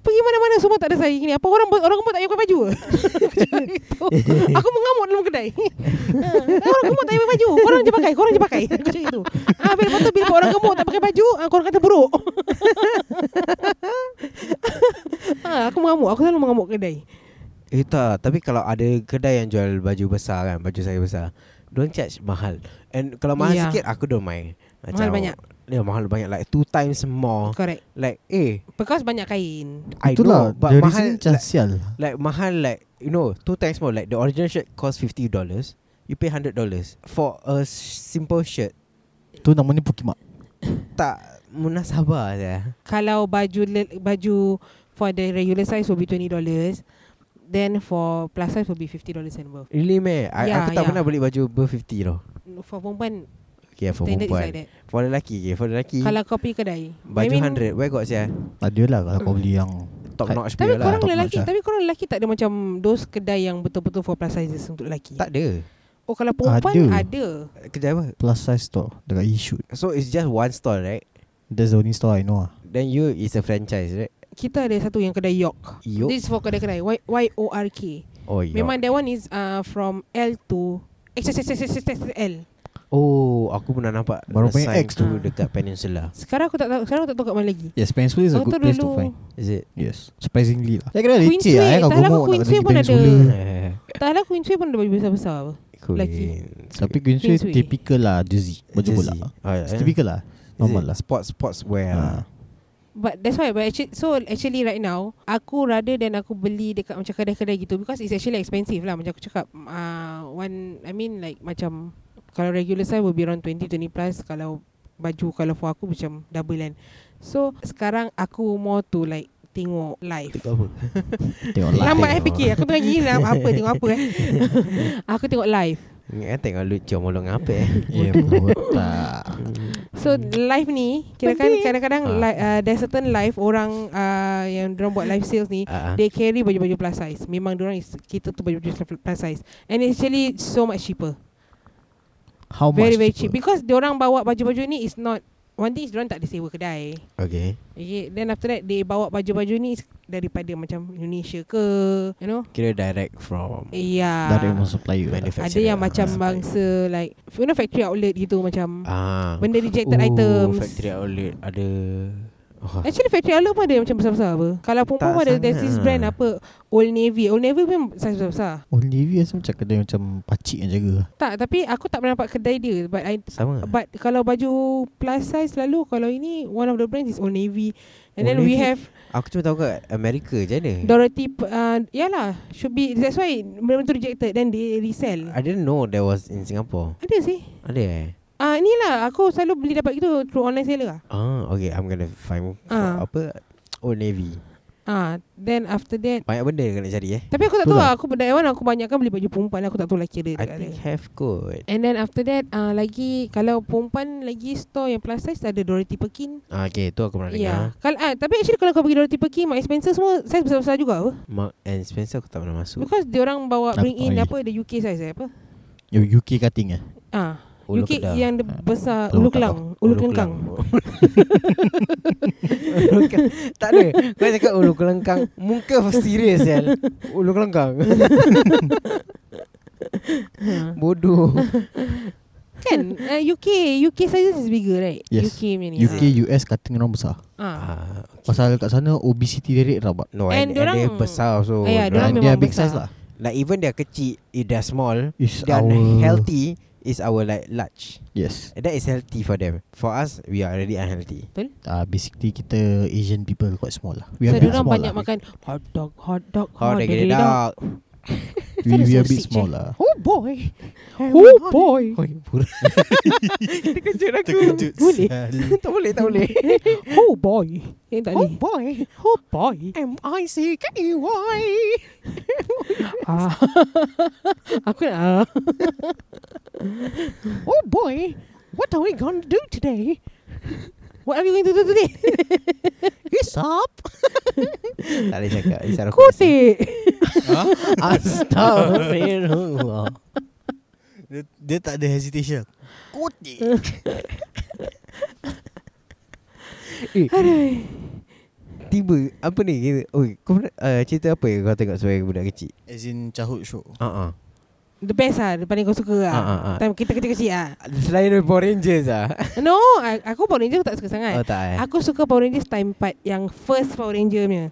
[SPEAKER 3] Pergi mana-mana semua tak ada saya gini. Apa orang orang kampung tak payah pakai baju ke? Macam gitu. aku mengamuk dalam kedai. Ha, orang kampung tak payah pakai baju. Korang je pakai, korang je pakai. Aku cakap gitu. Ah bila patut bila orang kampung tak pakai baju, ah, korang kata buruk. ah, aku mengamuk, aku selalu mengamuk kedai.
[SPEAKER 5] Eh tak Tapi kalau ada kedai yang jual baju besar kan Baju saya besar Don't charge mahal And kalau mahal
[SPEAKER 3] Ya.
[SPEAKER 5] yeah. sikit Aku don't mind
[SPEAKER 3] Mahal banyak.
[SPEAKER 5] Ya mahal banyak Like two times more
[SPEAKER 3] Correct.
[SPEAKER 5] Like eh
[SPEAKER 3] Because banyak kain.
[SPEAKER 5] I
[SPEAKER 2] Itulah
[SPEAKER 5] know
[SPEAKER 2] lah. The
[SPEAKER 5] But mahal
[SPEAKER 2] reason macam
[SPEAKER 5] like,
[SPEAKER 2] sial
[SPEAKER 5] like mahal like You know Two times more Like the original shirt Cost $50 You pay $100 For a s- simple shirt
[SPEAKER 2] Tu namanya Pukimak.
[SPEAKER 5] Tak munasabah ya. saja.
[SPEAKER 3] Kalau baju le- baju for the regular size will be $20. Then for plus size will be $50 and above.
[SPEAKER 5] Really meh?
[SPEAKER 3] Ya,
[SPEAKER 5] I, yeah,
[SPEAKER 3] ya.
[SPEAKER 5] aku tak yeah. pernah beli baju ber 50 tau.
[SPEAKER 3] For perempuan,
[SPEAKER 5] Okay, for
[SPEAKER 3] standard is
[SPEAKER 5] perempuan.
[SPEAKER 3] like that.
[SPEAKER 5] For lelaki okay, for lelaki.
[SPEAKER 3] Kalau kau pergi kedai.
[SPEAKER 5] baju I mean, 100 where got sia?
[SPEAKER 2] Adalah lah kalau kau beli yang
[SPEAKER 5] Top
[SPEAKER 2] Kat-
[SPEAKER 5] notch
[SPEAKER 3] Tapi
[SPEAKER 5] punya lah.
[SPEAKER 3] korang
[SPEAKER 2] top notch
[SPEAKER 3] lelaki,
[SPEAKER 2] lah.
[SPEAKER 3] tapi korang lelaki tak ada macam those kedai yang betul-betul for plus sizes untuk lelaki.
[SPEAKER 5] Tak ada.
[SPEAKER 3] Oh kalau perempuan
[SPEAKER 2] Ada.
[SPEAKER 3] ada.
[SPEAKER 5] Kedai apa?
[SPEAKER 2] plus size store dekat Yishun.
[SPEAKER 5] So it's just one store right?
[SPEAKER 2] That's the only store I know lah.
[SPEAKER 5] Then you is a franchise right?
[SPEAKER 3] Kita ada satu yang kedai York.
[SPEAKER 5] York?
[SPEAKER 3] This is for kedai-kedai. Y- Y-O-R-K.
[SPEAKER 5] Oh, yeah.
[SPEAKER 3] Memang that one is uh, from L to XXXXXL.
[SPEAKER 5] Oh, aku pernah nampak
[SPEAKER 2] Baru
[SPEAKER 5] sign
[SPEAKER 2] punya X
[SPEAKER 5] tu
[SPEAKER 3] tu.
[SPEAKER 5] dekat Peninsula.
[SPEAKER 3] Sekarang aku tak tahu, sekarang aku tak tahu kat mana lagi.
[SPEAKER 2] Yes, Peninsula is a
[SPEAKER 3] Aku
[SPEAKER 2] good
[SPEAKER 3] tu
[SPEAKER 2] place to
[SPEAKER 3] dulu-
[SPEAKER 2] find.
[SPEAKER 5] Is it?
[SPEAKER 2] Yes, surprisingly lah. Saya kira leceh
[SPEAKER 3] Queensway,
[SPEAKER 2] lah eh, kalau
[SPEAKER 3] tak lah,
[SPEAKER 2] gemuk nak
[SPEAKER 3] Queensway
[SPEAKER 2] pergi
[SPEAKER 3] pun ada.
[SPEAKER 2] Peninsula. Hmm.
[SPEAKER 3] Tak lah Queensway pun ada baju besar-besar apa. Lelaki.
[SPEAKER 2] Tapi Queensway
[SPEAKER 3] Queensway.
[SPEAKER 2] typical lah jersey, baju bola.
[SPEAKER 5] Oh, yeah.
[SPEAKER 2] It's typical lah, normal lah.
[SPEAKER 5] Sports sports
[SPEAKER 2] Ha.
[SPEAKER 5] wear. lah.
[SPEAKER 3] But that's why but actually, So actually right now Aku rather than aku beli Dekat macam kedai-kedai gitu Because it's actually expensive lah Macam aku cakap uh, One I mean like Macam Kalau regular size Will be around 20 20 plus Kalau baju Kalau for aku macam Double kan So sekarang Aku more to like Tengok live
[SPEAKER 5] Tengok apa?
[SPEAKER 2] Tengok lah.
[SPEAKER 3] Lambat eh
[SPEAKER 5] tengok.
[SPEAKER 3] fikir Aku tengah gini lah Apa tengok apa eh Aku tengok live
[SPEAKER 5] Ingat eh, tengok lucu molong apa eh.
[SPEAKER 2] Ya, tak.
[SPEAKER 3] So live ni Kira kan kadang-kadang
[SPEAKER 5] Hmm. Ah.
[SPEAKER 3] li- uh, There's certain live Orang uh, Yang dorang buat live sales ni
[SPEAKER 5] Ah, ah.
[SPEAKER 3] They carry baju-baju plus size Memang diorang is, Kita tu baju-baju plus size And it's actually So much cheaper
[SPEAKER 2] How
[SPEAKER 3] Very
[SPEAKER 2] much?
[SPEAKER 3] very cheap Because diorang bawa Baju-baju ni is not One thing is diorang tak ada sewa kedai
[SPEAKER 5] Okay.
[SPEAKER 3] okay? Then after that They bawa baju-baju ni is Daripada macam Indonesia ke You know
[SPEAKER 5] Kira direct from
[SPEAKER 3] Eh, Yeah
[SPEAKER 2] Dari rumah supplier lah.
[SPEAKER 5] manufacturer.
[SPEAKER 3] Ada yang
[SPEAKER 5] lah.
[SPEAKER 3] macam bangsa Like You know factory outlet gitu Macam
[SPEAKER 5] Ah.
[SPEAKER 3] Benda rejected items
[SPEAKER 5] Factory outlet ada. Oh,
[SPEAKER 3] Actually factory outlet pun ada macam besar-besar apa. Kalau perempuan
[SPEAKER 5] Tak
[SPEAKER 3] pun ada there's
[SPEAKER 5] sangat.
[SPEAKER 3] this brand apa Old Navy. Old Navy pun size besar-besar.
[SPEAKER 2] Olivia rasa macam kedai macam pakcik yang jaga
[SPEAKER 3] Tak, tapi aku tak pernah nampak kedai dia but I
[SPEAKER 5] sama.
[SPEAKER 3] but kalau baju plus size selalu kalau ini one of the brands is Old Navy. And
[SPEAKER 5] Old
[SPEAKER 3] then we
[SPEAKER 5] Navy?
[SPEAKER 3] have
[SPEAKER 5] Aku cuma tahu kat Amerika je ada.
[SPEAKER 3] Dorothy uh, yalah should be that's why benda tu rejected then they resell.
[SPEAKER 5] I didn't know there was in Singapore.
[SPEAKER 3] Ada sih.
[SPEAKER 5] Ada eh?
[SPEAKER 3] Ah uh, inilah aku selalu beli dapat gitu through online seller lah.
[SPEAKER 5] Ah, okay. I'm gonna find
[SPEAKER 3] Ah.
[SPEAKER 5] for apa? Old Navy.
[SPEAKER 3] Ah uh, then after that
[SPEAKER 5] Banyak benda yang kena cari eh.
[SPEAKER 3] tapi aku tak
[SPEAKER 2] Betul
[SPEAKER 3] tahu
[SPEAKER 2] lah.
[SPEAKER 3] lah. aku that one aku banyakkan beli baju perempuan lah, aku tak tahu lelaki dia.
[SPEAKER 5] I
[SPEAKER 3] tak ada.
[SPEAKER 5] think have kot.
[SPEAKER 3] And then after that uh, Lagi Kalau perempuan Lagi store yang plus size Ada Dorothy Perkin
[SPEAKER 5] Ah, okay, tu aku
[SPEAKER 3] Ya
[SPEAKER 5] pernah
[SPEAKER 3] yeah.
[SPEAKER 5] dengar.
[SPEAKER 3] Kalau ah, Tapi actually kalau kau pergi Dorothy Perkin Mark and Spencer semua Size besar-besar juga apa
[SPEAKER 5] Mark and Spencer aku tak pernah masuk.
[SPEAKER 3] Because diorang bawa
[SPEAKER 2] Aku tak
[SPEAKER 3] Bring in
[SPEAKER 2] payah.
[SPEAKER 3] apa The UK size eh, apa
[SPEAKER 2] Yo, UK cutting eh
[SPEAKER 3] Ah,
[SPEAKER 5] Ulu
[SPEAKER 3] UK
[SPEAKER 5] Kedah.
[SPEAKER 3] yang de- besar
[SPEAKER 2] Ulu
[SPEAKER 3] Ulu Kelang Ulu Kelengkang
[SPEAKER 5] Ulu Kelang. tak ada. Kau cakap ulu kelengkang, muka serius ya. Ulu kelengkang.
[SPEAKER 3] Ha.
[SPEAKER 5] Bodoh.
[SPEAKER 3] Kan uh, UK UK sizes is bigger right
[SPEAKER 2] Yes.
[SPEAKER 3] UK punya ni
[SPEAKER 2] UK, US cutting orang besar
[SPEAKER 3] ah.
[SPEAKER 5] Ah,
[SPEAKER 2] Pasal kat sana obesity rate rabak
[SPEAKER 5] no,
[SPEAKER 3] And
[SPEAKER 5] and, and, dia
[SPEAKER 3] dorang-
[SPEAKER 5] besar so.
[SPEAKER 3] Ah, ya, dorang
[SPEAKER 5] dorang-
[SPEAKER 2] Dia
[SPEAKER 3] memang
[SPEAKER 2] big
[SPEAKER 3] besar.
[SPEAKER 2] size lah
[SPEAKER 5] like even dia kecil, if dia small,
[SPEAKER 2] Is
[SPEAKER 5] dia
[SPEAKER 2] our
[SPEAKER 5] healthy is our like large.
[SPEAKER 2] Yes
[SPEAKER 5] That is healthy for them. For us, we are already unhealthy.
[SPEAKER 2] uh, Basically kita Asian people quite small lah We are a
[SPEAKER 3] So
[SPEAKER 2] bit
[SPEAKER 3] diorang
[SPEAKER 2] small
[SPEAKER 3] banyak
[SPEAKER 2] lah
[SPEAKER 3] makan Hot dog Hot dog
[SPEAKER 5] How they get it
[SPEAKER 3] dog.
[SPEAKER 5] out?
[SPEAKER 2] We, we are a bit
[SPEAKER 3] sausage,
[SPEAKER 2] small lah
[SPEAKER 3] eh. Oh boy Oh boy
[SPEAKER 5] Oi, pura. Terkejut aku. Terkejut.
[SPEAKER 3] Boleh
[SPEAKER 5] tak boleh, tak boleh.
[SPEAKER 3] Oh boy Yang tak boleh
[SPEAKER 5] boy.
[SPEAKER 3] Oh boy
[SPEAKER 5] M I C K E Y.
[SPEAKER 3] Ah. Aku nak ah.
[SPEAKER 5] Oh boy. What are we going to do today?
[SPEAKER 3] What are we going to do today?
[SPEAKER 5] It's up. tak boleh cakap. Isar aku.
[SPEAKER 3] Kotik
[SPEAKER 5] Astagfirullah.
[SPEAKER 2] dia, dia tak ada hesitation Kotik
[SPEAKER 5] Eh. Tiba apa ni kita? Oi, kau pernah uh, cerita apa yang kau tengok sebagai budak kecil?
[SPEAKER 2] As in childhood show
[SPEAKER 5] Ha ah.
[SPEAKER 3] The best lah The paling kau suka lah
[SPEAKER 5] Ah, ah, ah.
[SPEAKER 3] Time kita kecil-kecil lah
[SPEAKER 5] Selain dari Power Rangers ah.
[SPEAKER 3] No a- Aku Power Ranger aku tak suka sangat
[SPEAKER 5] Oh tak eh.
[SPEAKER 3] Aku suka Power Rangers time part Yang first Power Ranger punya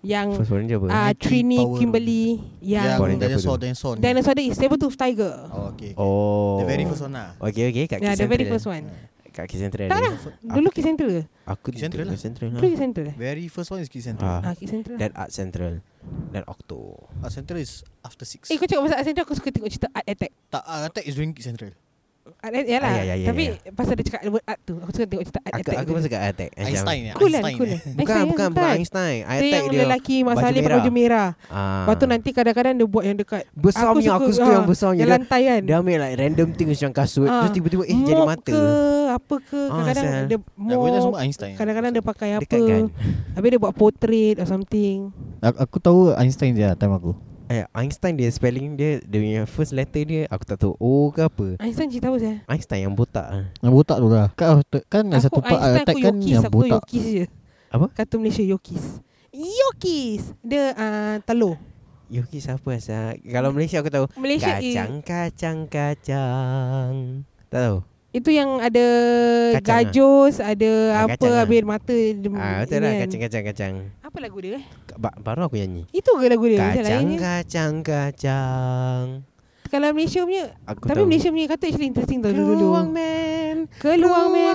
[SPEAKER 3] Yang
[SPEAKER 5] First Power Ranger apa?
[SPEAKER 3] uh,
[SPEAKER 2] Mighty
[SPEAKER 3] Trini
[SPEAKER 2] Power
[SPEAKER 3] Kimberly
[SPEAKER 5] Yang Power
[SPEAKER 3] Yang
[SPEAKER 5] Ranger.
[SPEAKER 2] dinosaur
[SPEAKER 5] apa tu?
[SPEAKER 2] Dinosaur ni.
[SPEAKER 3] Ya. Dinosaur dia is Sabertooth Tiger
[SPEAKER 2] Oh okay, okay.
[SPEAKER 5] oh.
[SPEAKER 2] The very first one lah
[SPEAKER 5] Okay okay kat
[SPEAKER 3] Yeah,
[SPEAKER 5] Kids
[SPEAKER 3] the very
[SPEAKER 5] Central. ya.
[SPEAKER 3] first one
[SPEAKER 2] Hmm.
[SPEAKER 5] Kat Kids Central.
[SPEAKER 3] Tak
[SPEAKER 5] ada.
[SPEAKER 3] lah Dulu Kids Central ke?
[SPEAKER 5] Aku
[SPEAKER 2] Kids Central
[SPEAKER 5] Kids Central lah.
[SPEAKER 3] Dulu Kids Central eh?
[SPEAKER 2] Very first one is Kids
[SPEAKER 5] Ah.
[SPEAKER 2] Central
[SPEAKER 3] Ah, Kids Central
[SPEAKER 5] Dan Art Central Dan Okto
[SPEAKER 2] Art Central is after six
[SPEAKER 3] Eh kau cakap pasal Art Central Aku suka tengok cerita Art Attack
[SPEAKER 2] Tak Art Attack is during Kids Central
[SPEAKER 3] Art eh, yalah.
[SPEAKER 5] Ah, ya, ya, ya,
[SPEAKER 3] Tapi
[SPEAKER 5] ya.
[SPEAKER 3] pasal dia cakap word art tu, aku suka tengok cerita art
[SPEAKER 5] Aku,
[SPEAKER 3] attack
[SPEAKER 5] aku
[SPEAKER 3] tu.
[SPEAKER 5] masuk kat attack macam-
[SPEAKER 2] Einstein eh
[SPEAKER 3] Cool kan,
[SPEAKER 2] Einstein
[SPEAKER 3] cool
[SPEAKER 2] eh.
[SPEAKER 3] kan.
[SPEAKER 5] Bukan,
[SPEAKER 3] Einstein,
[SPEAKER 5] bukan, bukan
[SPEAKER 3] bukan.
[SPEAKER 5] Einstein
[SPEAKER 3] Dia
[SPEAKER 5] Attack
[SPEAKER 3] yang
[SPEAKER 5] dia
[SPEAKER 3] lelaki
[SPEAKER 5] baju
[SPEAKER 3] masalah dia
[SPEAKER 5] merah.
[SPEAKER 3] pakai baju merah.
[SPEAKER 5] ah.
[SPEAKER 3] Lepas tu nanti kadang-kadang dia buat yang dekat
[SPEAKER 5] Besarnya aku, suka
[SPEAKER 3] ah,
[SPEAKER 5] yang besarnya
[SPEAKER 3] Yang
[SPEAKER 5] dia,
[SPEAKER 3] lantai kan
[SPEAKER 5] dia ambil like random things macam kasut
[SPEAKER 3] Ah.
[SPEAKER 5] Terus tiba-tiba eh jadi
[SPEAKER 3] Mop
[SPEAKER 5] mata Ah,
[SPEAKER 3] ke apa ke Kadang-kadang
[SPEAKER 5] asal.
[SPEAKER 3] dia
[SPEAKER 2] Lagunya
[SPEAKER 3] mop
[SPEAKER 2] semua Einstein
[SPEAKER 3] Kadang-kadang dia pakai apa
[SPEAKER 5] Dekat kan
[SPEAKER 3] Habis dia buat portrait or something
[SPEAKER 2] Aku, aku tahu Einstein je lah time aku
[SPEAKER 5] eh, Einstein dia spelling dia Dia punya first letter dia Aku tak tahu O ke apa
[SPEAKER 3] Einstein cerita apa saya?
[SPEAKER 5] Einstein yang botak ah.
[SPEAKER 2] Yang botak tu lah Kan, kan ada satu part
[SPEAKER 3] Einstein,
[SPEAKER 2] attack
[SPEAKER 3] aku
[SPEAKER 2] kan
[SPEAKER 3] Yokis,
[SPEAKER 2] Yang
[SPEAKER 3] aku
[SPEAKER 2] botak
[SPEAKER 3] Yokis je
[SPEAKER 5] Apa?
[SPEAKER 3] Kartun Malaysia Yokis Yokis Dia uh, telur
[SPEAKER 5] Yuki Ya, siapa asal Kalau Malaysia aku tahu
[SPEAKER 3] Malaysia is,
[SPEAKER 5] Kacang kacang kacang Tak tahu
[SPEAKER 3] Itu yang ada
[SPEAKER 5] Kacang, ah.
[SPEAKER 3] Gajus Ada
[SPEAKER 5] Ah,
[SPEAKER 3] apa
[SPEAKER 5] kacang, ah.
[SPEAKER 3] Habis mata dia,
[SPEAKER 5] Ah,
[SPEAKER 3] ini
[SPEAKER 5] betul lah
[SPEAKER 3] kan.
[SPEAKER 5] kacang kacang kacang
[SPEAKER 3] Apa lagu dia eh?
[SPEAKER 5] ba- Baru aku nyanyi
[SPEAKER 3] Itu ke lagu dia? Macam lain
[SPEAKER 5] Kacang
[SPEAKER 3] kan?
[SPEAKER 5] kacang kacang
[SPEAKER 3] Kalau Malaysia punya
[SPEAKER 5] Aku
[SPEAKER 3] Tapi
[SPEAKER 5] tahu
[SPEAKER 3] Malaysia punya kata actually interesting tau
[SPEAKER 5] Keluang
[SPEAKER 3] dulu-dulu
[SPEAKER 5] man
[SPEAKER 3] Keluang man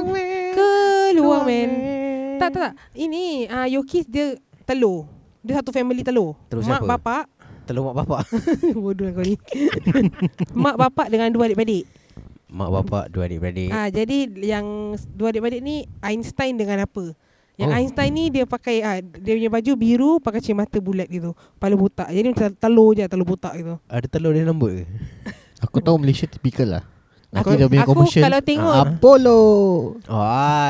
[SPEAKER 3] Keluang man Tak tak tak Ini uh, Yokis dia telur Dia satu family telur
[SPEAKER 5] Telur
[SPEAKER 3] Mak
[SPEAKER 5] siapa?
[SPEAKER 3] bapak
[SPEAKER 5] Telur mak bapak
[SPEAKER 3] Bodoh lah kau ni Mak bapak dengan dua adik-beradik
[SPEAKER 5] Mak bapak dua
[SPEAKER 2] Eh.
[SPEAKER 5] adik-beradik
[SPEAKER 3] Ah Jadi yang dua adik-beradik ni Einstein dengan apa Yang
[SPEAKER 5] Oh.
[SPEAKER 3] oh. Einstein ni dia pakai ah, Dia punya baju biru Pakai cermata bulat gitu Kepala botak Jadi macam telur je Telur botak gitu
[SPEAKER 5] Ada telur dia lembut ke?
[SPEAKER 2] Aku tahu Malaysia typical lah Nanti
[SPEAKER 3] Aku-
[SPEAKER 2] dia punya
[SPEAKER 3] aku
[SPEAKER 2] commercial Ah.
[SPEAKER 3] kalau tengok-
[SPEAKER 2] Apollo
[SPEAKER 5] Oh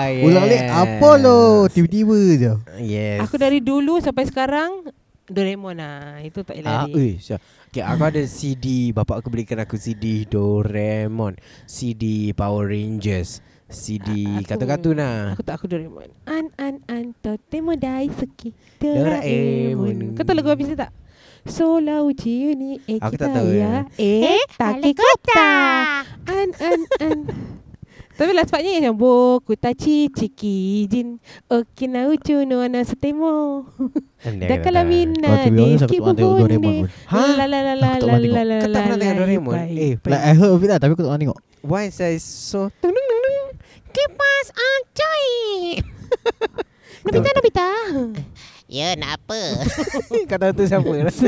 [SPEAKER 5] yes
[SPEAKER 2] Ulang-ulang Apollo Tiba-tiba je ah.
[SPEAKER 5] Yes
[SPEAKER 3] Aku dari dulu sampai sekarang Doraemon lah Itu tak elak
[SPEAKER 5] Ah, eh, siap. okay, aku ada CD Bapak aku belikan aku CD Doraemon CD Power Rangers CD
[SPEAKER 3] Ah, aku-
[SPEAKER 5] kartun-kartun lah
[SPEAKER 3] Aku tak aku Doraemon. An an an totemo daisuki Doraemon.
[SPEAKER 5] Doraemon.
[SPEAKER 3] Kau tahu lagu habis ni tak? Sola uji ni e
[SPEAKER 5] Aku tak tahu,
[SPEAKER 3] ya. Eh, takikota. An an an. Tapi last eh, partnya yang boku tachi chiki jin okinawa chu no anasatemo.
[SPEAKER 5] Andai aku
[SPEAKER 3] Dakala
[SPEAKER 5] tak-
[SPEAKER 2] Kalau
[SPEAKER 3] minna
[SPEAKER 2] to be honest
[SPEAKER 3] de
[SPEAKER 2] Aku tak
[SPEAKER 3] skip
[SPEAKER 2] pernah tengok Doraemon
[SPEAKER 3] bubone.
[SPEAKER 2] pun
[SPEAKER 5] Ha?
[SPEAKER 3] La la la la
[SPEAKER 2] Aku tak
[SPEAKER 3] la
[SPEAKER 2] pernah tengok.
[SPEAKER 3] la la.
[SPEAKER 5] Kau tak pernah tengok Doraemon? Eh,
[SPEAKER 2] Like I heard of it lah Tapi aku tak pernah tengok
[SPEAKER 5] Why is I so Dung dung dung dung
[SPEAKER 4] Kipas acoy
[SPEAKER 3] Nobita Nobita.
[SPEAKER 4] Ya nak apa
[SPEAKER 5] Kata tu siapa rasa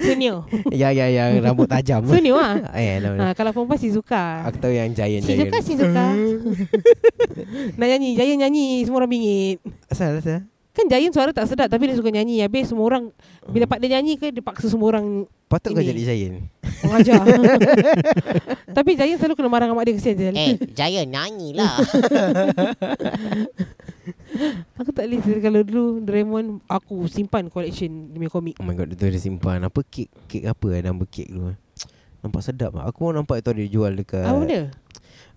[SPEAKER 3] Sunio.
[SPEAKER 5] Ya ya ya Rambut tajam
[SPEAKER 3] Sunio ah.
[SPEAKER 5] Eh, no,
[SPEAKER 3] Ha, kalau perempuan Shizuka.
[SPEAKER 5] Aku tahu yang giant giant
[SPEAKER 3] Shizuka Shizuka. Nak nyanyi, Jaya nyanyi semua orang bingit.
[SPEAKER 5] Asal asal
[SPEAKER 3] Kan Jayan suara tak sedap tapi dia suka nyanyi. Habis semua orang bila
[SPEAKER 5] Hmm.
[SPEAKER 3] part dia nyanyi ke dia paksa semua orang
[SPEAKER 5] Patut kau
[SPEAKER 3] Ini.
[SPEAKER 5] jadi giant
[SPEAKER 3] mengajar. tapi Jayan selalu kena marah dengan mak dia kesian Jel.
[SPEAKER 4] Eh Jaya nyanyi lah
[SPEAKER 3] Aku tak boleh kalau dulu Doraemon aku simpan collection dia punya komik.
[SPEAKER 5] Oh my god Dia tu ada simpan Apa kek Kek apa eh, Nama kek tu eh. Nampak sedap lah Aku mau nampak tu dia jual dekat
[SPEAKER 3] Apa benda?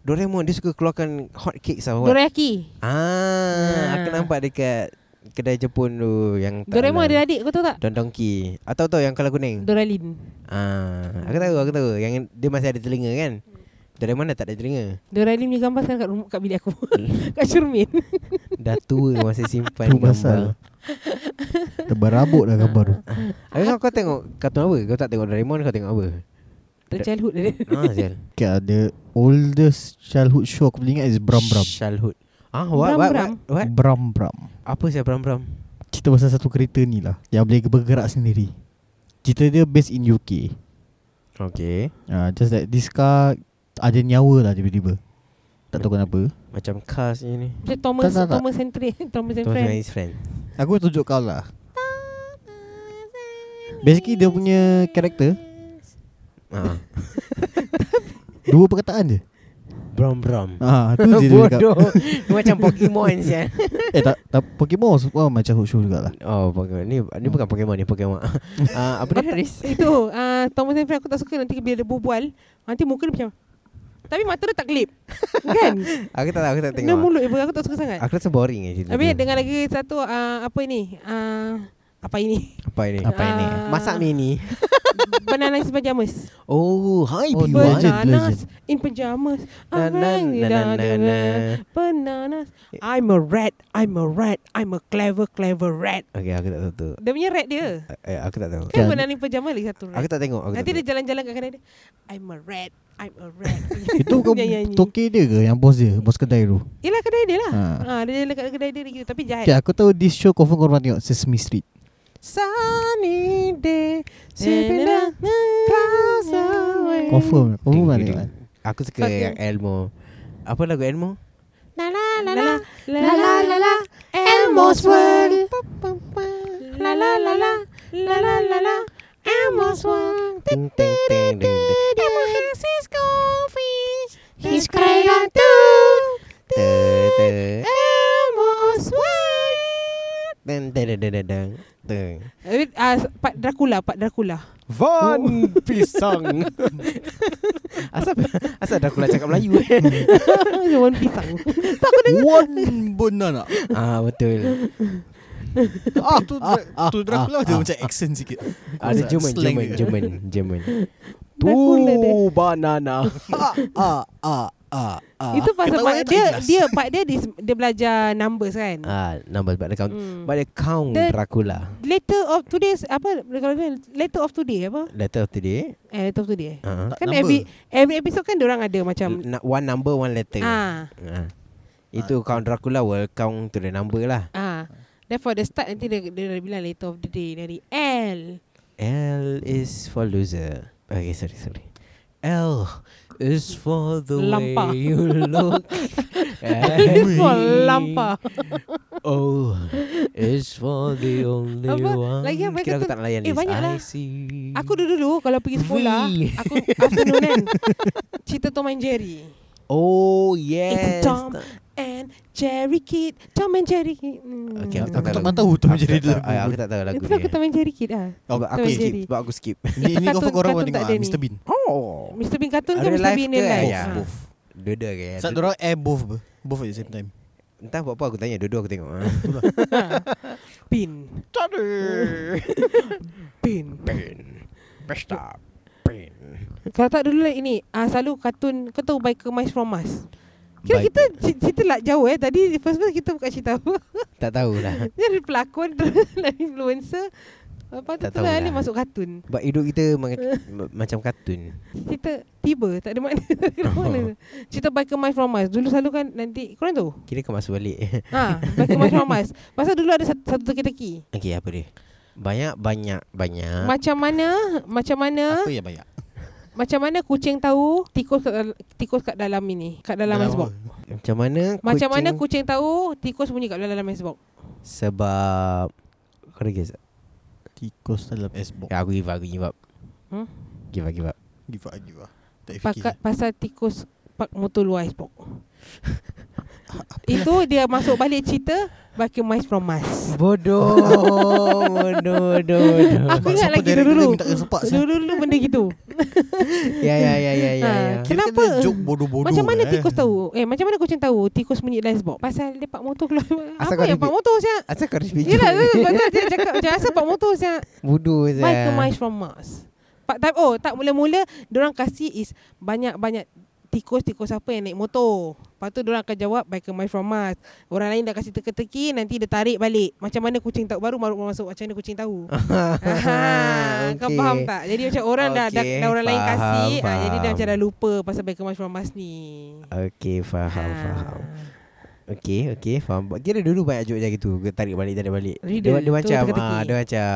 [SPEAKER 5] Doraemon dia suka keluarkan hot cakes lah Dore-
[SPEAKER 3] Dorayaki.
[SPEAKER 5] Ah, aku
[SPEAKER 3] Ah.
[SPEAKER 5] nampak dekat kedai Jepun tu yang tak
[SPEAKER 3] Doraemon
[SPEAKER 5] halal.
[SPEAKER 3] ada adik kau tahu tak?
[SPEAKER 5] Don Donki. Atau tahu yang kalau kuning?
[SPEAKER 3] Doralin.
[SPEAKER 5] ah, aku tahu, aku tahu. Yang dia masih ada telinga kan? Doraemon dah tak ada telinga.
[SPEAKER 3] Doralin punya gambar sekarang kat rumah kat bilik aku.
[SPEAKER 5] Hmm.
[SPEAKER 3] kat cermin.
[SPEAKER 5] Dah tua masih simpan
[SPEAKER 2] Tu
[SPEAKER 5] gambar.
[SPEAKER 2] pasal Terberabut lah gambar tu
[SPEAKER 3] Ah.
[SPEAKER 5] Habis kau, kau tengok kartun apa? Kau tak tengok Doraemon, kau tengok apa?
[SPEAKER 3] Childhood dia.
[SPEAKER 5] Ah, Zal.
[SPEAKER 2] Okay the oldest childhood show aku boleh ingat is Bram Bram
[SPEAKER 5] Childhood. Ah, what, what, what,
[SPEAKER 3] Bram-Bram.
[SPEAKER 5] what?
[SPEAKER 2] Bram Bram
[SPEAKER 5] Apa sih Bram Bram?
[SPEAKER 2] Cerita pasal satu kereta ni lah Yang boleh bergerak sendiri Cerita dia based in UK
[SPEAKER 5] Okay.
[SPEAKER 2] uh, Just that this car Ada nyawa lah tiba-tiba Tak tahu kenapa
[SPEAKER 5] Macam Cars ni ni.
[SPEAKER 3] Macam
[SPEAKER 2] Tak,
[SPEAKER 3] Thomas
[SPEAKER 2] tak, tak.
[SPEAKER 3] Thomas and Friends, Thomas and
[SPEAKER 5] Thomas and
[SPEAKER 3] Friends.
[SPEAKER 5] his friend.
[SPEAKER 2] Aku tunjuk kau lah Basically dia punya karakter
[SPEAKER 5] Ah.
[SPEAKER 2] Dua perkataan je
[SPEAKER 5] Bram Bram.
[SPEAKER 2] Ah, tu je dia cakap
[SPEAKER 5] Bodoh. Dia macam Pokemon sih.
[SPEAKER 2] Eh tak, tak Pokemon semua macam hook show jugalah
[SPEAKER 5] Oh, Pokemon. Ni ni bukan Pokemon ni, Pokemon. Ah, apa dia Tris?
[SPEAKER 3] Itu uh, Thomas and Friends aku tak suka nanti bila dia berbual, nanti muka dia macam tapi mata dia tak kelip. kan?
[SPEAKER 5] Aku tak tahu, aku tak
[SPEAKER 3] Dia
[SPEAKER 5] tengok.
[SPEAKER 3] mulut dia aku tak suka sangat.
[SPEAKER 5] Aku rasa boring eh cerita.
[SPEAKER 3] Habis
[SPEAKER 5] tu.
[SPEAKER 3] dengan lagi satu uh, apa ni? Uh, apa ini?
[SPEAKER 5] apa ini?
[SPEAKER 2] Apa ini?
[SPEAKER 3] Ah,
[SPEAKER 5] Masak mini.
[SPEAKER 3] Banana in pajamas.
[SPEAKER 5] Oh, hi
[SPEAKER 2] Oh,
[SPEAKER 5] people.
[SPEAKER 2] legend,
[SPEAKER 3] Bananas in pajamas.
[SPEAKER 5] Na na na na na na.
[SPEAKER 3] Bananas. I'm a rat. I'm a rat. I'm a clever clever rat.
[SPEAKER 5] Okay, aku tak tahu tu.
[SPEAKER 3] Dia punya rat dia.
[SPEAKER 5] Eh, aku tak tahu.
[SPEAKER 3] Kan
[SPEAKER 2] Kan.
[SPEAKER 3] banana in pajamas lagi satu
[SPEAKER 5] Aku
[SPEAKER 3] rat.
[SPEAKER 5] tak tengok, aku tak
[SPEAKER 3] Nanti
[SPEAKER 5] tengok.
[SPEAKER 3] dia jalan-jalan kat kedai dia. I'm a rat. I'm a rat.
[SPEAKER 2] Itu bukan
[SPEAKER 3] Nyanyi-nyanyi.
[SPEAKER 2] toke dia ke yang bos dia, bos kedai tu.
[SPEAKER 3] Yelah kedai dia lah.
[SPEAKER 2] Ha.
[SPEAKER 3] Ha. dia jalan kat kedai dia gitu. Tapi jahat.
[SPEAKER 2] Okay, aku tahu this show confirm kau pernah tengok Sesame Street.
[SPEAKER 5] Sunny day,
[SPEAKER 3] Na, na, na, na.
[SPEAKER 5] clouds away.
[SPEAKER 2] Confirm, confirm
[SPEAKER 5] Ding,
[SPEAKER 2] pernah
[SPEAKER 5] ding,
[SPEAKER 2] tengok. kan?
[SPEAKER 5] ding. Aku suka
[SPEAKER 3] Okay.
[SPEAKER 5] yang Elmo Apa lagu Elmo?
[SPEAKER 4] La la
[SPEAKER 3] La la la
[SPEAKER 4] La la la la Elmo's World La la la la La la la la Elmo's World
[SPEAKER 5] Ting ting ting ting ting.
[SPEAKER 4] Elmo has his goldfish His crayon too
[SPEAKER 5] Te, te.
[SPEAKER 4] Elmo's World
[SPEAKER 5] Dun, dun, dun, dun, dun, dun. Dun.
[SPEAKER 3] Eh, ah, Part Dracula Part Dracula
[SPEAKER 5] Von Pisang Oh. Asal Asal dah pula cakap Melayu eh
[SPEAKER 3] One pisang
[SPEAKER 2] One banana
[SPEAKER 5] Ah betul
[SPEAKER 2] Ah tu
[SPEAKER 5] Ah, ah,
[SPEAKER 2] tu Dracula
[SPEAKER 5] ah,
[SPEAKER 2] je
[SPEAKER 5] ah,
[SPEAKER 2] macam accent sikit
[SPEAKER 5] Ada Jerman
[SPEAKER 2] Slang
[SPEAKER 5] Jerman
[SPEAKER 2] Ah, dia.
[SPEAKER 5] Jerman Jerman
[SPEAKER 3] Dracula dia.
[SPEAKER 5] banana
[SPEAKER 2] Ah ah ah ah ah.
[SPEAKER 3] Itu pasal
[SPEAKER 2] Ketawa
[SPEAKER 3] part
[SPEAKER 2] tak
[SPEAKER 3] dia
[SPEAKER 2] jelas.
[SPEAKER 3] dia part dia dis- dia belajar numbers kan.
[SPEAKER 5] Ah number but the count
[SPEAKER 3] Hmm.
[SPEAKER 5] But the count
[SPEAKER 3] The-
[SPEAKER 5] Dracula
[SPEAKER 3] Letter of today's apa kalau dia letter of today apa?
[SPEAKER 5] Letter of the day
[SPEAKER 3] Eh letter of today. eh?
[SPEAKER 5] uh,
[SPEAKER 2] Ah, Tak
[SPEAKER 3] Kan
[SPEAKER 2] number.
[SPEAKER 3] every every episode kan dia orang ada macam
[SPEAKER 5] One number one letter
[SPEAKER 3] ah
[SPEAKER 5] Ah. Itu count Dracula will count to the number lah
[SPEAKER 3] ah. Therefore the start nanti dia, dia dah bilang letter of the day dari L.
[SPEAKER 5] L is for loser. Okay, sorry, sorry. L is for the
[SPEAKER 3] Lampa.
[SPEAKER 5] way you look. at
[SPEAKER 2] Eh.
[SPEAKER 3] It's for
[SPEAKER 5] me.
[SPEAKER 3] lampa.
[SPEAKER 5] O is for the only
[SPEAKER 3] Apa?
[SPEAKER 5] one.
[SPEAKER 3] Lagi apa
[SPEAKER 5] Kira aku
[SPEAKER 3] kata-
[SPEAKER 5] tak layan
[SPEAKER 3] eh,
[SPEAKER 5] this.
[SPEAKER 3] banyak lah.
[SPEAKER 5] I see.
[SPEAKER 3] Aku dulu-dulu kalau pergi sekolah,
[SPEAKER 5] V.
[SPEAKER 3] aku afternoon kan. Cerita Tom and Jerry.
[SPEAKER 5] Oh
[SPEAKER 3] It's
[SPEAKER 5] yes.
[SPEAKER 3] Tom and Jerry Kid. Tom and Jerry Kid. Hmm.
[SPEAKER 5] Okay, aku
[SPEAKER 2] Aku
[SPEAKER 5] tak
[SPEAKER 2] tak
[SPEAKER 5] tahu.
[SPEAKER 2] tahu tu
[SPEAKER 5] Aku
[SPEAKER 2] menjadi
[SPEAKER 5] tak tahu-
[SPEAKER 2] lagu.
[SPEAKER 5] ah, Aku tak tahu lagu
[SPEAKER 3] Itu
[SPEAKER 5] ni.
[SPEAKER 3] aku Tom and Jerry Kid ah.
[SPEAKER 2] Oh,
[SPEAKER 5] Sebab aku
[SPEAKER 3] Tom and
[SPEAKER 5] skip.
[SPEAKER 3] Jerry.
[SPEAKER 5] Sebab aku skip.
[SPEAKER 2] Ini ini kau
[SPEAKER 3] Kartun-
[SPEAKER 2] korang
[SPEAKER 3] kartun
[SPEAKER 2] pun tengok
[SPEAKER 3] tak ada
[SPEAKER 2] kan
[SPEAKER 3] ni.
[SPEAKER 2] Mr Bean.
[SPEAKER 5] Oh.
[SPEAKER 3] Mr Bean kartun ke
[SPEAKER 5] Real
[SPEAKER 3] Mr
[SPEAKER 5] life
[SPEAKER 3] Bean
[SPEAKER 5] ke ya.
[SPEAKER 3] real life?
[SPEAKER 5] ayah?
[SPEAKER 3] Ah.
[SPEAKER 2] Both.
[SPEAKER 5] Dua-dua ke?
[SPEAKER 2] Sebab dorang air both ber. Both at the same time.
[SPEAKER 5] Entah buat apa aku tanya. Dua-dua aku tengok. ah.
[SPEAKER 3] Pin.
[SPEAKER 5] Tak ada.
[SPEAKER 3] Pin.
[SPEAKER 5] Pain. Pesta. Pain.
[SPEAKER 3] Kalau tak dulu lah ini ah selalu kartun kau tahu Biker Mice from Mars. Kira
[SPEAKER 5] Baik.
[SPEAKER 3] kita c- cerita lah jauh eh Tadi first first kita bukan cerita apa
[SPEAKER 5] Tak tahulah.
[SPEAKER 3] Dia ada pelakon Terus ada influencer Lepas tu
[SPEAKER 5] Tak
[SPEAKER 3] terus
[SPEAKER 5] tahulah.
[SPEAKER 3] dia masuk kartun
[SPEAKER 5] Sebab hidup kita ma- ma- macam kartun.
[SPEAKER 3] Cerita tiba Tak ada makna, tak ada
[SPEAKER 5] Oh.
[SPEAKER 3] makna. Cerita Biker Mice from Mars Dulu selalu kan nanti Korang tahu
[SPEAKER 5] Kira kau masuk balik.
[SPEAKER 3] ha, Biker Mice from Mars Pasal dulu ada satu, satu teki-teki
[SPEAKER 5] Okey, apa dia? Banyak banyak banyak.
[SPEAKER 3] Macam mana Macam
[SPEAKER 2] Ha?
[SPEAKER 3] mana
[SPEAKER 2] Apa yang banyak?
[SPEAKER 3] Macam mana kucing tahu Tikus kat, dal- tikus kat dalam ini Kat dalam
[SPEAKER 2] Dalam
[SPEAKER 3] icebox
[SPEAKER 5] macam mana?
[SPEAKER 3] Macam
[SPEAKER 5] kucing
[SPEAKER 3] mana kucing tahu Tikus bunyi kat dalam icebox
[SPEAKER 5] sebab kau ada guess? tak?
[SPEAKER 2] Tikus dalam S-box.
[SPEAKER 5] Ya, aku give up, aku give up.
[SPEAKER 3] Hmm?
[SPEAKER 5] Give up, give up.
[SPEAKER 2] Give up, give up. Tak fikir.
[SPEAKER 3] Pakat pasal tikus pak motor luar icebox. Itu dia masuk balik cerita Vacuum Mice from Mars.
[SPEAKER 5] Bodoh.
[SPEAKER 1] Oh,
[SPEAKER 5] bodoh, bodoh, bodoh.
[SPEAKER 3] Aku
[SPEAKER 2] Sebab
[SPEAKER 3] ingat
[SPEAKER 2] siapa
[SPEAKER 3] lagi
[SPEAKER 2] director
[SPEAKER 3] dulu-dulu.
[SPEAKER 2] minta kena sepak siapa?
[SPEAKER 3] Dulu-dulu benda gitu.
[SPEAKER 5] Ya, ya, ya, ya, ya.
[SPEAKER 3] Ah,
[SPEAKER 5] ya.
[SPEAKER 3] kira-
[SPEAKER 2] Kira
[SPEAKER 3] Kenapa?
[SPEAKER 2] kena joke bodoh-bodoh
[SPEAKER 3] Macam mana
[SPEAKER 2] eh.
[SPEAKER 3] tikus tahu? Eh macam mana kucing tahu tikus bunyi dalam icebox? Pasal dia pak motor keluar.
[SPEAKER 5] Asal
[SPEAKER 3] Apa
[SPEAKER 5] kau
[SPEAKER 3] yang pak
[SPEAKER 5] ribet?
[SPEAKER 3] motor siap?
[SPEAKER 5] Asal kau harus bijak?
[SPEAKER 3] Yelah, pasal dia cakap macam asal pak motor siap?
[SPEAKER 5] Bodoh je.
[SPEAKER 3] Vacuum Mice from Mars. Pak tak oh tak mula-mula orang kasih is banyak-banyak tikus-tikus apa yang naik motor. Lepas tu orang akan jawab Biker Mice from Mars. Orang lain dah kasih teka-teki nanti dia tarik balik. Macam mana kucing tahu baru baru masuk macam mana kucing tahu. Aha, Kau
[SPEAKER 5] Okey.
[SPEAKER 3] faham tak? Jadi macam orang dah, dah,
[SPEAKER 5] Okey,
[SPEAKER 3] dah orang lain
[SPEAKER 5] faham,
[SPEAKER 3] kasih ah, jadi dia
[SPEAKER 5] faham.
[SPEAKER 3] macam dah lupa pasal Biker Mice from Mars ni.
[SPEAKER 5] Okey, faham,
[SPEAKER 3] Ah.
[SPEAKER 5] faham. Okay, okay, faham. But Kira dulu banyak joke macam gitu. Kau Tarik balik, tarik balik.
[SPEAKER 3] Riddle,
[SPEAKER 5] dia, dia
[SPEAKER 3] tu
[SPEAKER 5] macam,
[SPEAKER 3] teka-teki.
[SPEAKER 5] ah, dia macam,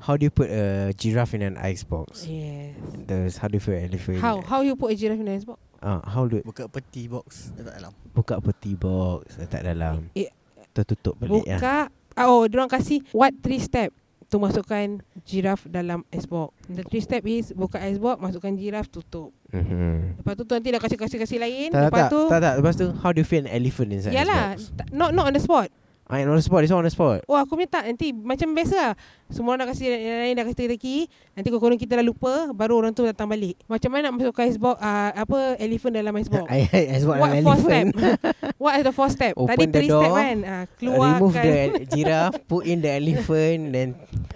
[SPEAKER 5] how do you put a giraffe in an icebox?
[SPEAKER 3] Yes.
[SPEAKER 5] Terus, how do you put an elephant?
[SPEAKER 3] How how you put a giraffe in a box?
[SPEAKER 5] Ah, how do
[SPEAKER 2] Buka peti box lah. Letak dalam
[SPEAKER 5] buka peti box letak dalam.
[SPEAKER 3] Eh,
[SPEAKER 5] Terus tutup balik lah.
[SPEAKER 3] Buka ah. Oh diorang kasih What three step Tu masukkan giraffe dalam icebox The three step is Buka icebox Masukkan giraffe Tutup
[SPEAKER 5] Mhm.
[SPEAKER 3] Lepas tu tu nanti dah kasih-kasih-kasih lain
[SPEAKER 5] Tak,
[SPEAKER 3] Lepas
[SPEAKER 5] tak,
[SPEAKER 3] tu
[SPEAKER 5] tak, tak, Lepas tu, how do you feel an elephant inside
[SPEAKER 3] Yalah
[SPEAKER 5] this box?
[SPEAKER 3] tak- Not not on the spot
[SPEAKER 5] I on the spot, this one on the spot.
[SPEAKER 3] Oh aku punya tak Nanti macam biasa lah Semua orang dah kasih Yang lain dah kasih teki-teki Nanti korang kita dah lupa Baru orang tu datang balik Macam mana nak masukkan icebox uh, Apa Elephant dalam icebox
[SPEAKER 5] I, I, I spot
[SPEAKER 3] What
[SPEAKER 5] an
[SPEAKER 3] four step?
[SPEAKER 5] elephant.
[SPEAKER 3] What are the four step? Tadi
[SPEAKER 5] Open the
[SPEAKER 3] three step
[SPEAKER 5] door,
[SPEAKER 3] kan uh, Keluarkan
[SPEAKER 5] Remove the giraffe, put in the elephant, then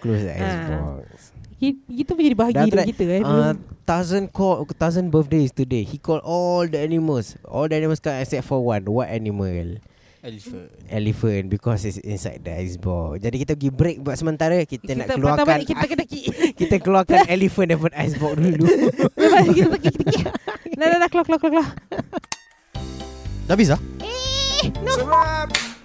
[SPEAKER 5] close the
[SPEAKER 3] Ah.
[SPEAKER 5] icebox.
[SPEAKER 3] Ki- Kita pun jadi bahagia
[SPEAKER 5] Dah
[SPEAKER 3] hidup
[SPEAKER 5] try-
[SPEAKER 3] kita eh, dulu.
[SPEAKER 5] Uh, Tarzan call Tarzan birthday is today. He called all the animals. All the animals come except for one. What animal?
[SPEAKER 2] Elephant
[SPEAKER 5] Elephant because it's inside the icebox. Jadi kita pergi break buat sementara kita, nak
[SPEAKER 3] patah
[SPEAKER 5] keluarkan
[SPEAKER 3] balik, kita kita teki
[SPEAKER 5] kita keluarkan elephant daripada icebox dulu.
[SPEAKER 3] lepas tu kita teki teki Ναι, dah dah dah keluar keluar keluar keluar
[SPEAKER 2] Dah habis ah? dah?
[SPEAKER 4] Eh
[SPEAKER 6] It's a wrap.